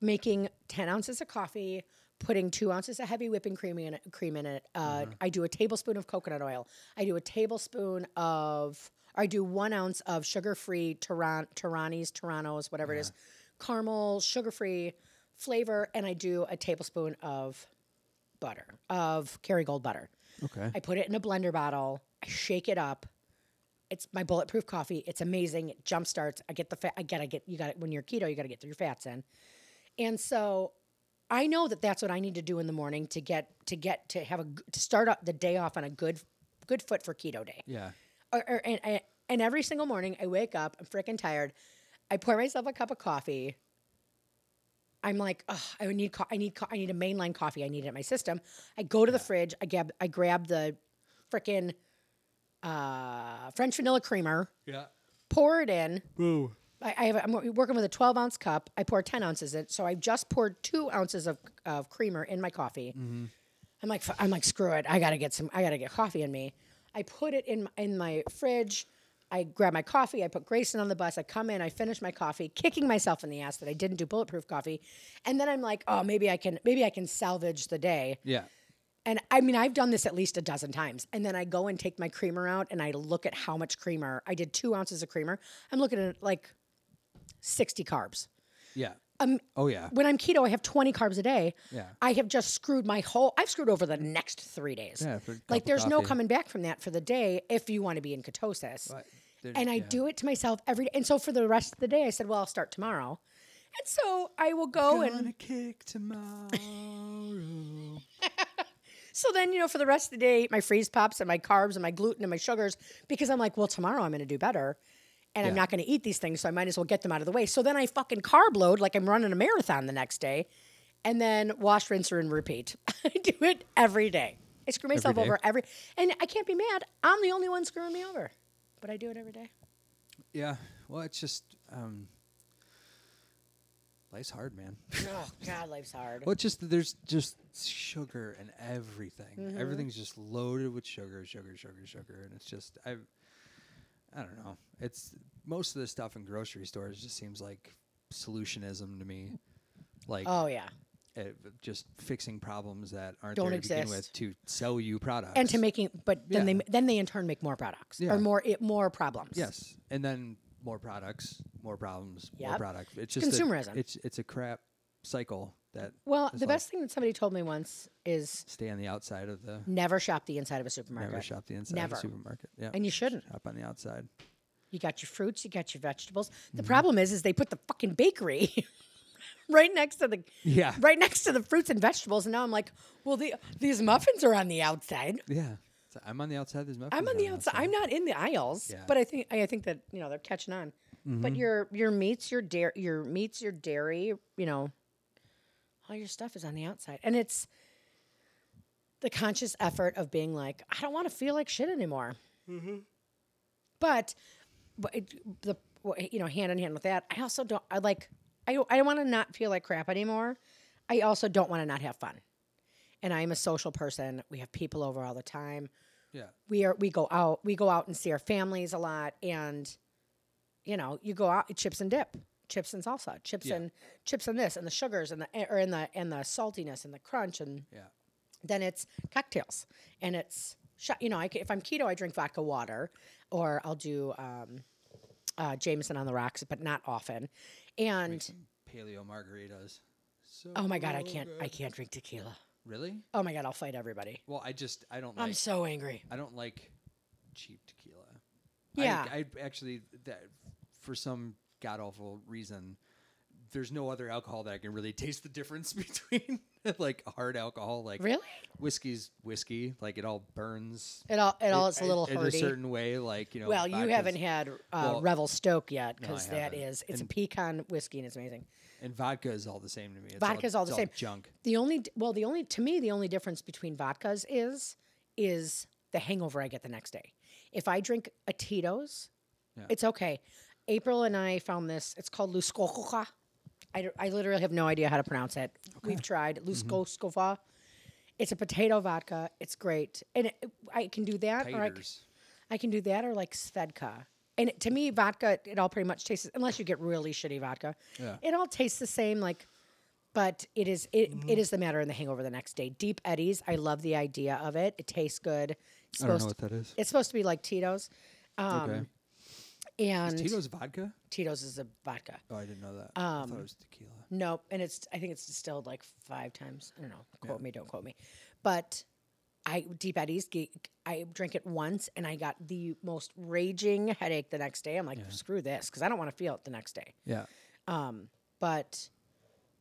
C: making 10 ounces of coffee, putting two ounces of heavy whipping cream in it. Cream in it. Uh,
A: Uh-huh.
C: I do a tablespoon of coconut oil. I do a tablespoon of, or I do one ounce of sugar free Turan, Tiranis, Toronto's, whatever it is, caramel, sugar free flavor, and I do a tablespoon of butter, of Kerrygold butter.
A: okay.
C: I put it in a blender bottle. I shake it up. It's my bulletproof coffee. It's amazing. It jump starts. I get the fat. I gotta get you got to when you're keto. You gotta get your fats in. And so, I know that that's what I need to do in the morning to get to get to have a g- to start up the day off on a good good foot for keto day.
A: yeah.
C: Or, or, and, and- and every single morning I wake up. I'm freaking tired. I pour myself a cup of coffee. I'm like, oh, I need, co- I need, co- I need a mainline coffee. I need it in my system. I go to the fridge. I grab, I grab the frickin' uh, French vanilla creamer.
A: Yeah.
C: Pour it in.
A: Boo.
C: I, I have. a- I'm working with a 12 ounce cup. I pour 10 ounces in, so I just poured two ounces of, of creamer in my coffee. I'm like, "F- I'm like, screw it. I gotta get some. I gotta get coffee in me. I put it in in my fridge. I grab my coffee. I put Grayson on the bus. I come in. I finish my coffee, kicking myself in the ass that I didn't do bulletproof coffee. And then I'm like, oh, maybe I can. Maybe I can salvage the day.
A: Yeah.
C: And I mean, I've done this at least a dozen times. And then I go and take my creamer out and I look at how much creamer. I did two ounces of creamer. I'm looking at like 60 carbs.
A: Yeah. Um, oh, yeah.
C: When I'm keto, I have 20 carbs a day.
A: Yeah.
C: I have just screwed my whole, I've screwed over the next three days.
A: Yeah, for a cup
C: like
A: of
C: there's no
A: coffee.
C: coming back from that for the day if you want to be in ketosis.
A: But there-
C: And I
A: yeah.
C: do it to myself every day. And so for the rest of the day, I said, well, I'll start tomorrow. And so I will go and
A: Gonna kick tomorrow.
C: So then, you know, for the rest of the day, I eat my freeze pops and my carbs and my gluten and my sugars because I'm like, well, tomorrow I'm going to do better and I'm
A: Yeah.
C: not going to eat these things. So I might as well get them out of the way. So then I fucking carb load like I'm running a marathon the next day and then wash, rinse, and repeat. I do it every day. I screw myself
A: day?
C: over every, and I can't be mad. I'm the only one screwing me over, but I do it every day.
A: yeah. Well, it's just, um, Life's hard, man.
C: Oh God, life's hard.
A: Well, it's just there's just sugar in everything.
C: Mm-hmm.
A: Everything's just loaded with sugar, sugar, sugar, sugar, and it's just I, I don't know. It's most of the stuff in grocery stores just seems like solutionism to me, like
C: Oh yeah,
A: it, just fixing problems that aren't
C: Don't
A: there to begin with
C: exist.
A: to sell you products
C: and to making, but then
A: Yeah.
C: they then they in turn make more products
A: Yeah.
C: or more it, more problems.
A: Yes, and then more products, more problems, more
C: Yep.
A: products. It's
C: It's
A: just a-
C: consumerism.
A: it's it's a crap cycle that
C: Well,
A: It's
C: the
A: like-
C: best thing that somebody told me once is
A: stay on the outside of the
C: never shop the inside of a supermarket.
A: never shop the inside of
C: Never.
A: the supermarket. Yeah,
C: And you shouldn't.
A: shop on the outside.
C: You got your fruits, you got your vegetables.
A: Mm-hmm.
C: The problem is, is they put the fucking bakery right next to the
A: Yeah,
C: right next to the fruits and vegetables, and now I'm like, well, the, these muffins are on the outside.
A: yeah. So I'm on the outside. There's muffins.
C: I'm on the outside. I'm not in the aisles,
A: Yeah.
C: but I think I think that you know they're catching on. But your your meats, your dairy, your meats, your dairy, you know, all your stuff is on the outside, and it's the conscious effort of being like, I don't want to feel like shit anymore. But, but it, the wh- you know hand in hand with that, I also don't. I like I don't- I want to not feel like crap anymore. I also don't want to not have fun. And I'm a social person. We have people over all the time
A: Yeah,
C: we are we go out we go out and see our families a lot and you know you go out chips and dip chips and salsa chips
A: Yeah.
C: and chips and this and the sugars and the eh, or and the and the saltiness and the crunch and
A: yeah,
C: then it's cocktails and it's sh- you know I, ca- if i'm keto i drink vodka water or i'll do um uh jameson on the rocks but not often and
A: paleo margaritas. So
C: oh my god i can't i can't drink tequila
A: really.
C: oh my god i'll fight everybody
A: Well, I just I don't
C: i'm
A: like
C: so angry
A: I don't like cheap tequila.
C: Yeah.
A: I, I actually that for some god awful reason, there's no other alcohol that I can really taste the difference between like hard alcohol, like
C: really
A: whiskey's whiskey, like it all burns.
C: it all it all is a little
A: in a
C: hurty.
A: certain way, like you know.
C: Well, you haven't
A: vodka's-
C: had uh,
A: well,
C: Revel Stoke yet
A: no, I
C: because that
A: haven't.
C: is it's
A: And-
C: a pecan whiskey and it's amazing.
A: and vodka is all the same to me. It's
C: Vodka's all the
A: it's
C: same.
A: junk.
C: The only d- well, the only to me the only difference between vodkas is is the hangover I get the next day. If I drink a Tito's,
A: Yeah.
C: it's okay. April and I found this. It's called Luskokoka. I, d- I literally have no idea how to pronounce it. We've tried
A: Mm-hmm.
C: Luskoskova. It's a potato vodka. It's great, and it, I can do that. Or I, c-
A: Taters.
C: I can do that or like Svedka. And it, to me, vodka, it, all pretty much tastes, unless you get really shitty vodka,
A: Yeah.
C: it all tastes the same. Like, but it is it,
A: Mm-hmm.
C: it is the matter in the hangover the next day. Deep Eddies, I love the idea of it. It tastes good. It's
A: I don't
C: supposed
A: know what that is.
C: it's supposed to be like Tito's,
A: okay.
C: Um, and Tito's?
A: Tito's vodka?
C: is a vodka.
A: Oh, I didn't know that. I
C: Um,
A: thought it was tequila.
C: Nope, and it's I think it's distilled like five times. I don't know. Quote me, don't quote me, but I Deep Eddies. ge- I drink it once, and I got the most raging headache the next day. I'm like, screw this, because I don't want to feel it the next day. Um,
A: Yeah.
C: But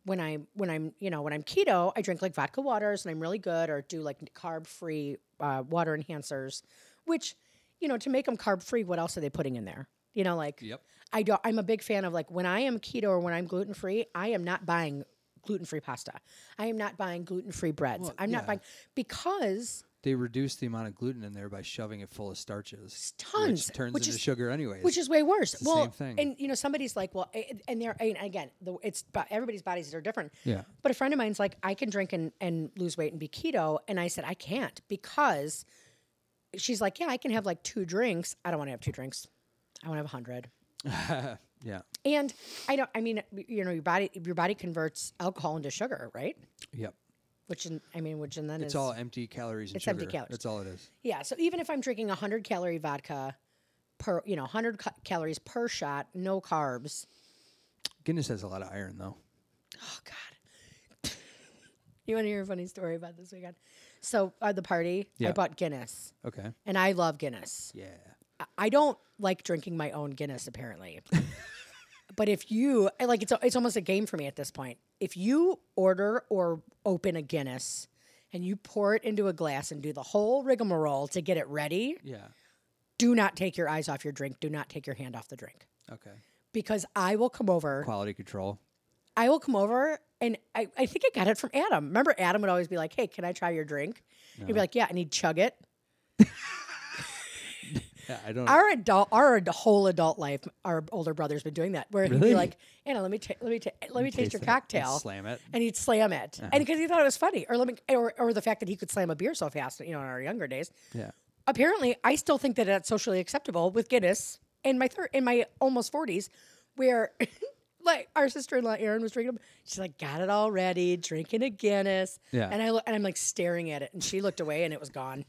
C: when I when I'm you know when I'm keto, I drink like vodka waters, and I'm really good, or do like carb free uh, water enhancers, which you know to make them carb free, what else are they putting in there? You know, like
A: Yep.
C: I don't. I'm a big fan of like when I am keto or when I'm gluten free. I am not buying gluten free pasta. I am not buying gluten free breads. I'm
A: yeah.
C: not buying because
A: They reduce the amount of gluten in there by shoving it full of starches.
C: tons,
A: Which turns
C: which
A: into
C: is-
A: sugar anyways.
C: which is way worse.
A: the
C: well,
A: same thing.
C: and you know somebody's like, well, a- and they're and again, the, it's bo- everybody's bodies are different.
A: Yeah.
C: But a friend of mine's like, I can drink and and lose weight and be keto, and I said I can't because she's like, yeah, I can have like two drinks. I don't want to have two drinks. I want to have a hundred.
A: yeah.
C: And I don't. I mean, you know, your body your body converts alcohol into sugar, right?
A: Yep.
C: Which in, I mean, which and then
A: It's
C: is,
A: all empty calories and
C: It's
A: sugar.
C: empty calories.
A: That's all it is.
C: yeah. So even if I'm drinking hundred calorie vodka per, you know, hundred ca- calories per shot, no carbs.
A: Guinness has a lot of iron though.
C: Oh God. you want to hear a funny story about this weekend? So at the party,
A: Yeah.
C: I bought Guinness,
A: Okay.
C: and I love Guinness.
A: Yeah.
C: I- I don't like drinking my own Guinness apparently. but if you I like it's a- it's almost a game for me at this point. If you order or open a Guinness and you pour it into a glass and do the whole rigmarole to get it ready,
A: Yeah.
C: do not take your eyes off your drink, do not take your hand off the drink
A: Okay.
C: because I will come over
A: Quality control.
C: I will come over and I, I think I got it from Adam. Remember, Adam would always be like, Hey, can I try your drink? He'd be like, Yeah, and he'd chug it.
A: Yeah, I don't.
C: Our adult, our ad- whole adult life, our older brother's been doing that, where he'd
A: Really?
C: be like, "Anna, let me ta- let me ta- let me taste, your
A: it and
C: cocktail,"
A: Slam it.
C: and he'd slam it, and because he thought it was funny, or let me, or, or the fact that he could slam a beer so fast, you know, in our younger days.
A: Yeah.
C: Apparently, I still think that that's socially acceptable with Guinness in my third, in my almost forties, where. Like our sister in law Erin was drinking, 'em. she's like got it all ready, drinking a Guinness,
A: Yeah.
C: and I look and I'm like staring at it, and she looked away, and it was gone.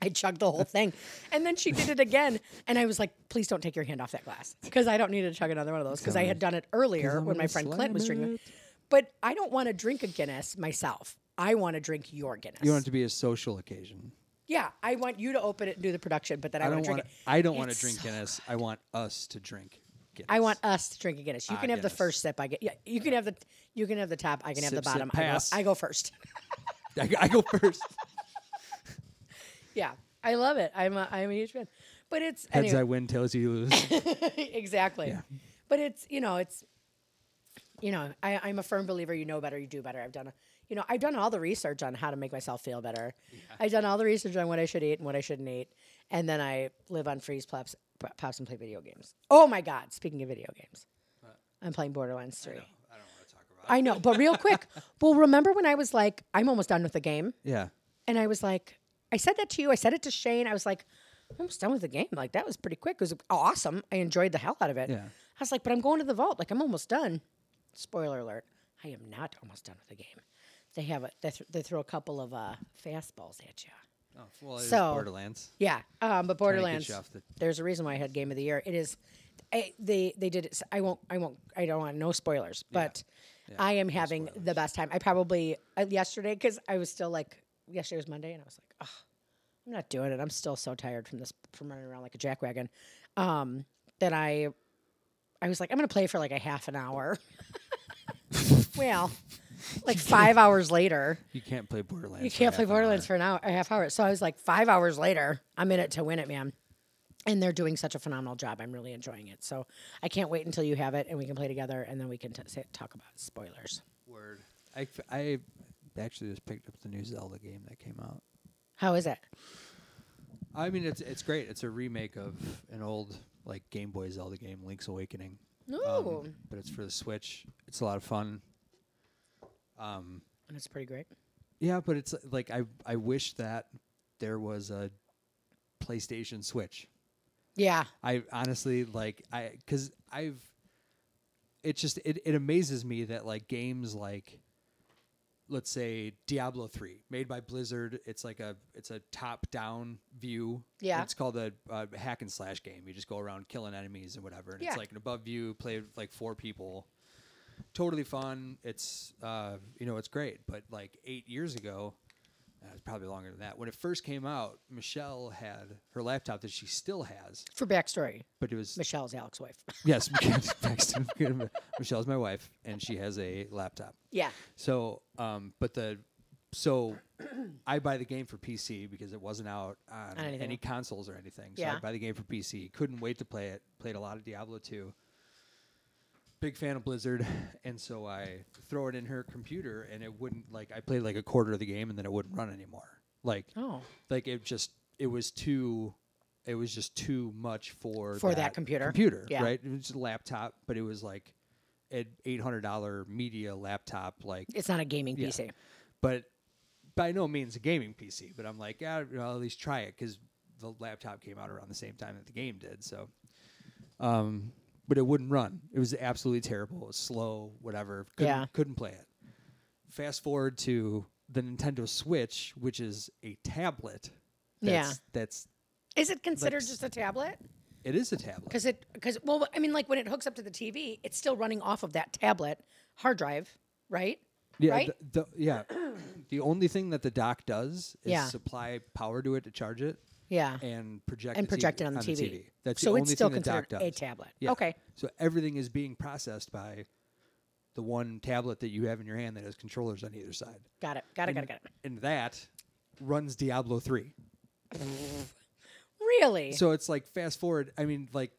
C: I chugged the whole thing. And then she did it again. And I was like, please don't take your hand off that glass because I don't need to chug another one of those because I had done it earlier
A: I'm
C: when my
A: gonna
C: friend
A: slam
C: Clint was drinking.
A: it.
C: But I don't want to drink a Guinness myself. I want to drink your Guinness.
A: You want it to be a social occasion.
C: yeah, I want you to open it and do the production, but then I,
A: I
C: want
A: don't
C: to drink
A: want.
C: it.
A: I don't want to
C: It's
A: drink
C: so
A: Guinness. I want us to drink. Guinness.
C: I want us to drink a Guinness. You
A: Ah,
C: can have the
A: Guinness.
C: first sip. I get. Yeah, you can have the. You can have the top. I can have
A: Sip,
C: the
A: sip,
C: bottom. I go-
A: pass.
C: I go first.
A: I, I go first.
C: yeah, I love it. I'm a, I'm a huge fan. But it's
A: Heads
C: anyway.
A: I win, tails you lose.
C: exactly. But it's you know it's you know I, I'm a firm believer. You know better, you do better. I've done a, you know I've done all the research on how to make myself feel better. I've done all the research on what I should eat and what I shouldn't eat, and then I live on freeze pops p- pops and play video games. Oh my God! Speaking of video games, I'm playing Borderlands Three. I, know, but real quick. well, remember when I was like, I'm almost done with the game.
A: yeah.
C: And I was like, I said that to you. I said it to Shane. I was like, I'm almost done with the game. Like, that was pretty quick. It was awesome. I enjoyed the hell out of it.
A: Yeah.
C: I was like, but I'm going to the vault. Like, I'm almost done. Spoiler alert, I am not almost done with the game. They have a, they, th- they throw a couple of uh, fastballs at you.
A: Oh, well, it is
C: So-
A: Borderlands.
C: Yeah, um, but
A: you
C: Borderlands.
A: off the-
C: There's a reason why I had Game of the Year. It is, I, they they did it. s- I won't. I won't. I don't want no spoilers. But I am having the best time. I probably uh, yesterday because I was still like yesterday was Monday and I was like, oh, I'm not doing it. I'm still so tired from this from running around like a jackwagon. Um, that I, I was like, I'm gonna play for like a half an hour. well, like five hours later.
A: You can't play Borderlands.
C: You
A: for
C: can't
A: half
C: play
A: an hour.
C: Borderlands for an hour, a half hour. So I was like, five hours later, I'm in it to win it, man. And they're doing such a phenomenal job. I'm really enjoying it. So I can't wait until you have it and we can play together and then we can t- say, talk about spoilers.
A: Word. I, f- I actually just picked up the new Zelda game that came out.
C: How is it?
A: I mean, it's it's great. It's a remake of an old like Game Boy Zelda game, Link's Awakening. Um,
C: Ooh.
A: but it's for the Switch. It's a lot of fun.
C: That's pretty great.
A: Yeah, but it's uh, like I I wish that there was a PlayStation Switch.
C: Yeah.
A: I honestly like I because I've it just it, it amazes me that like games like let's say Diablo three made by Blizzard it's like a it's a top down view
C: Yeah.
A: it's called a uh, hack and slash game you just go around killing enemies and whatever and
C: Yeah.
A: it's like an above view play with like four people totally fun it's uh you know it's great but like eight years ago uh, it's probably longer than that when it first came out Michelle had her laptop that she still has
C: For backstory,
A: but it was
C: Michelle's Alex's wife.
A: yes because next to- michelle's my wife and she has a laptop
C: yeah.
A: so um but the so i buy the game for pc because it wasn't out on
C: anything.
A: any consoles or anything so
C: Yeah.
A: i buy the game for pc couldn't wait to play it played a lot of diablo 2 big fan of blizzard and so i throw it in her computer and it wouldn't like i played like a quarter of the game and then it wouldn't run anymore like
C: Oh.
A: like it just it was too it was just too much for
C: For that computer.
A: computer
C: Yeah.
A: right it was a laptop but it was like an $800 media laptop like
C: It's not a gaming
A: Yeah.
C: PC.
A: but by no means a gaming pc but i'm like yeah you know, i'll at least try it because the laptop came out around the same time that the game did so um but it wouldn't run it was absolutely terrible it was slow whatever couldn't,
C: Yeah.
A: couldn't play it fast forward to the nintendo switch which is a tablet
C: Yeah.
A: that's, that's
C: Is it considered
A: Like-
C: just a tablet?
A: it is a tablet.
C: Because it, because, well, I mean, like when it hooks up to the TV, it's still running off of that tablet hard drive, right?
A: Yeah,
C: right?
A: The, the- yeah. the only thing that the dock does is
C: Yeah.
A: supply power to it to charge it
C: Yeah.
A: and project
C: and
A: the
C: project
A: TV
C: it on the TV.
A: That's
C: so
A: the only
C: it's still
A: thing the
C: considered
A: dock does.
C: a tablet.
A: Yeah.
C: Okay.
A: So everything is being processed by the one tablet that you have in your hand that has controllers on either side,
C: Got it. Got it. Got it. Got it.
A: and that runs Diablo three.
C: Really?
A: So it's like fast forward. I mean, like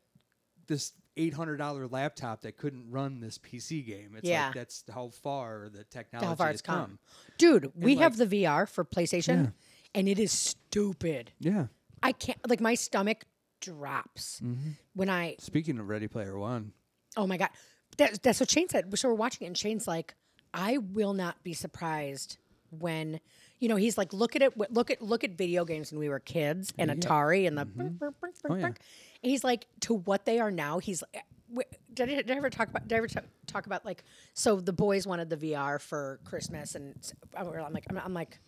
A: this eight hundred dollar laptop that couldn't run this PC game. It's
C: Yeah.
A: like that's how far the technology
C: how far
A: has
C: it's come. Dude, we
A: like-
C: have the VR for PlayStation and it is stupid.
A: Yeah.
C: I can't like my stomach drops
A: Mm-hmm.
C: when I
A: Speaking of Ready Player One,
C: oh my god. That, that's what Shane said. So we're watching it and Shane's like, I will not be surprised when you know, he's like, look at it look at look at video games when we were kids and Atari and the brink, brink, brink, brink,
A: yeah.
C: brink. And he's like to what they are now, he's like w- did I, did I ever talk about? Did I ever t- talk about like? So the boys wanted the VR for Christmas, and s- I'm like, I'm, I'm like,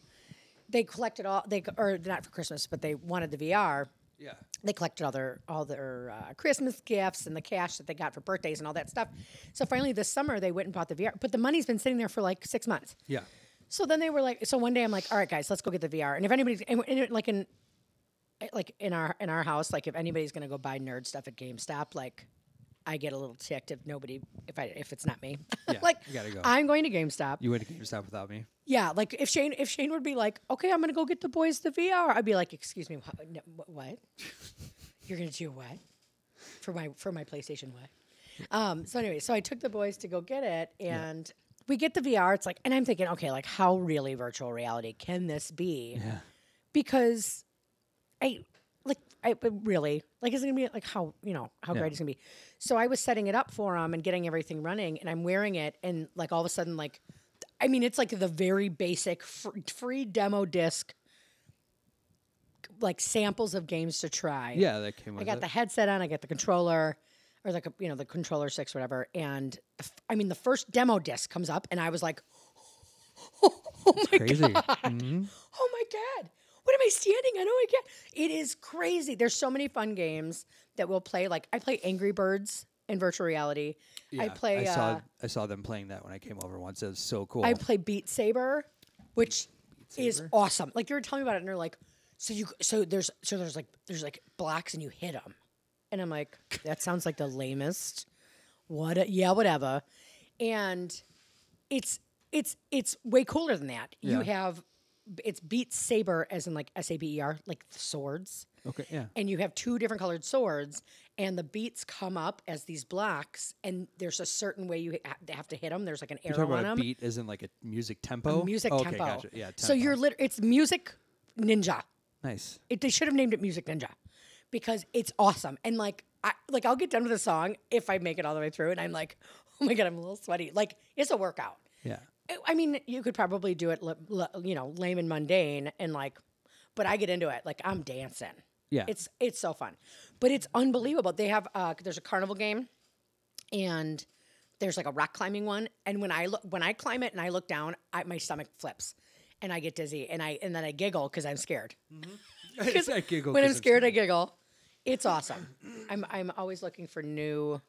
C: they collected all they or not for Christmas, but they wanted the VR.
A: yeah,
C: They collected all their all their uh, Christmas gifts and the cash that they got for birthdays and all that stuff. So finally, this summer they went and bought the VR, but the money's been sitting there for like six months.
A: yeah,
C: So then they were like, so one day I'm like, all right, guys, let's go get the VR. And if anybody's and, and it- like in eh, like in our in our house, like if anybody's gonna go buy nerd stuff at GameStop, like I get a little ticked if nobody if I if it's not me,
A: Yeah,
C: like
A: you gotta go.
C: I'm going to GameStop.
A: you went to GameStop without me.
C: Yeah, like if Shane if Shane would be like, okay, I'm gonna go get the boys the VR, I'd be like, excuse me, wha- no, wha- what? You're gonna do what for my for my PlayStation? What? Um, so anyway, so I took the boys to go get it, and we get the VR. It's like, and I'm thinking, okay, like how really virtual reality can this be?
A: Yeah,
C: Because I like I but really like is it gonna be like how you know how
A: Yeah.
C: great it's gonna be? So I was setting it up for him and getting everything running, and I'm wearing it, and like all of a sudden, like I mean, it's like the very basic fr- free demo disc, like samples of games to try.
A: yeah, that came. With
C: I got
A: it.
C: the headset on. I got the controller, or like you know the controller six, whatever. And the f- I mean, the first demo disc comes up, and I was like, "Oh, my
A: Crazy. Mm.
C: god! Oh my god! What am I standing on? Oh my god! It is crazy. There's so many fun games that we'll play. Like I play Angry Birds in virtual reality.
A: Yeah,
C: I play.
A: I saw
C: uh,
A: I saw them playing that when I came over once. It was so cool.
C: I play Beat Saber, which is awesome. Like you were telling me about it, and you're like, so you so there's so there's like there's like blocks and you hit them, and I'm like, that sounds like the lamest. What? A, yeah, whatever. And it's it's it's way cooler than that. You
A: Yeah.
C: have it's Beat Saber as in like S A B E R, like swords
A: okay, yeah,
C: and you have two different colored swords and the beats come up as these blocks and there's a certain way you ha- have to hit them there's like an
A: You're
C: arrow
A: talking
C: on
A: about a
C: them
A: beat as in like a music tempo.
C: music
A: okay,
C: tempo
A: Gotcha. Yeah. Tempo.
C: so you're lit- it's music ninja
A: nice.
C: it, they should have named it music ninja because it's awesome and like i like i'll get done with a song if i make it all the way through and i'm like oh my god i'm a little sweaty like it's a workout
A: Yeah.
C: I- I mean, you could probably do it, li- li- you know, lame and mundane, and like, but I get into it. Like, I'm dancing.
A: Yeah.
C: it's it's so fun, but it's unbelievable. They have uh, there's a carnival game, and there's like a rock climbing one. And when I look, when I climb it and I look down, I, my stomach flips, and I get dizzy, and I and then I giggle because I'm scared.
A: I giggle
C: when I'm
A: 'cause it's-
C: scared, I giggle. It's awesome. I'm I'm always looking for new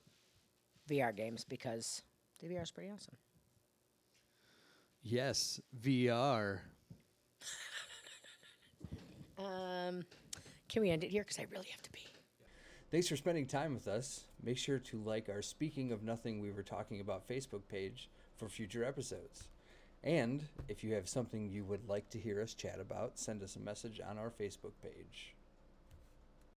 C: VR games because the VR is pretty awesome.
A: Yes, VR.
C: Um, can we end it here? Because I really have to be.
A: Thanks for spending time with us. Make sure to like our Speaking of Nothing We Were Talking About Facebook page for future episodes. And if you have something you would like to hear us chat about, send us a message on our Facebook page.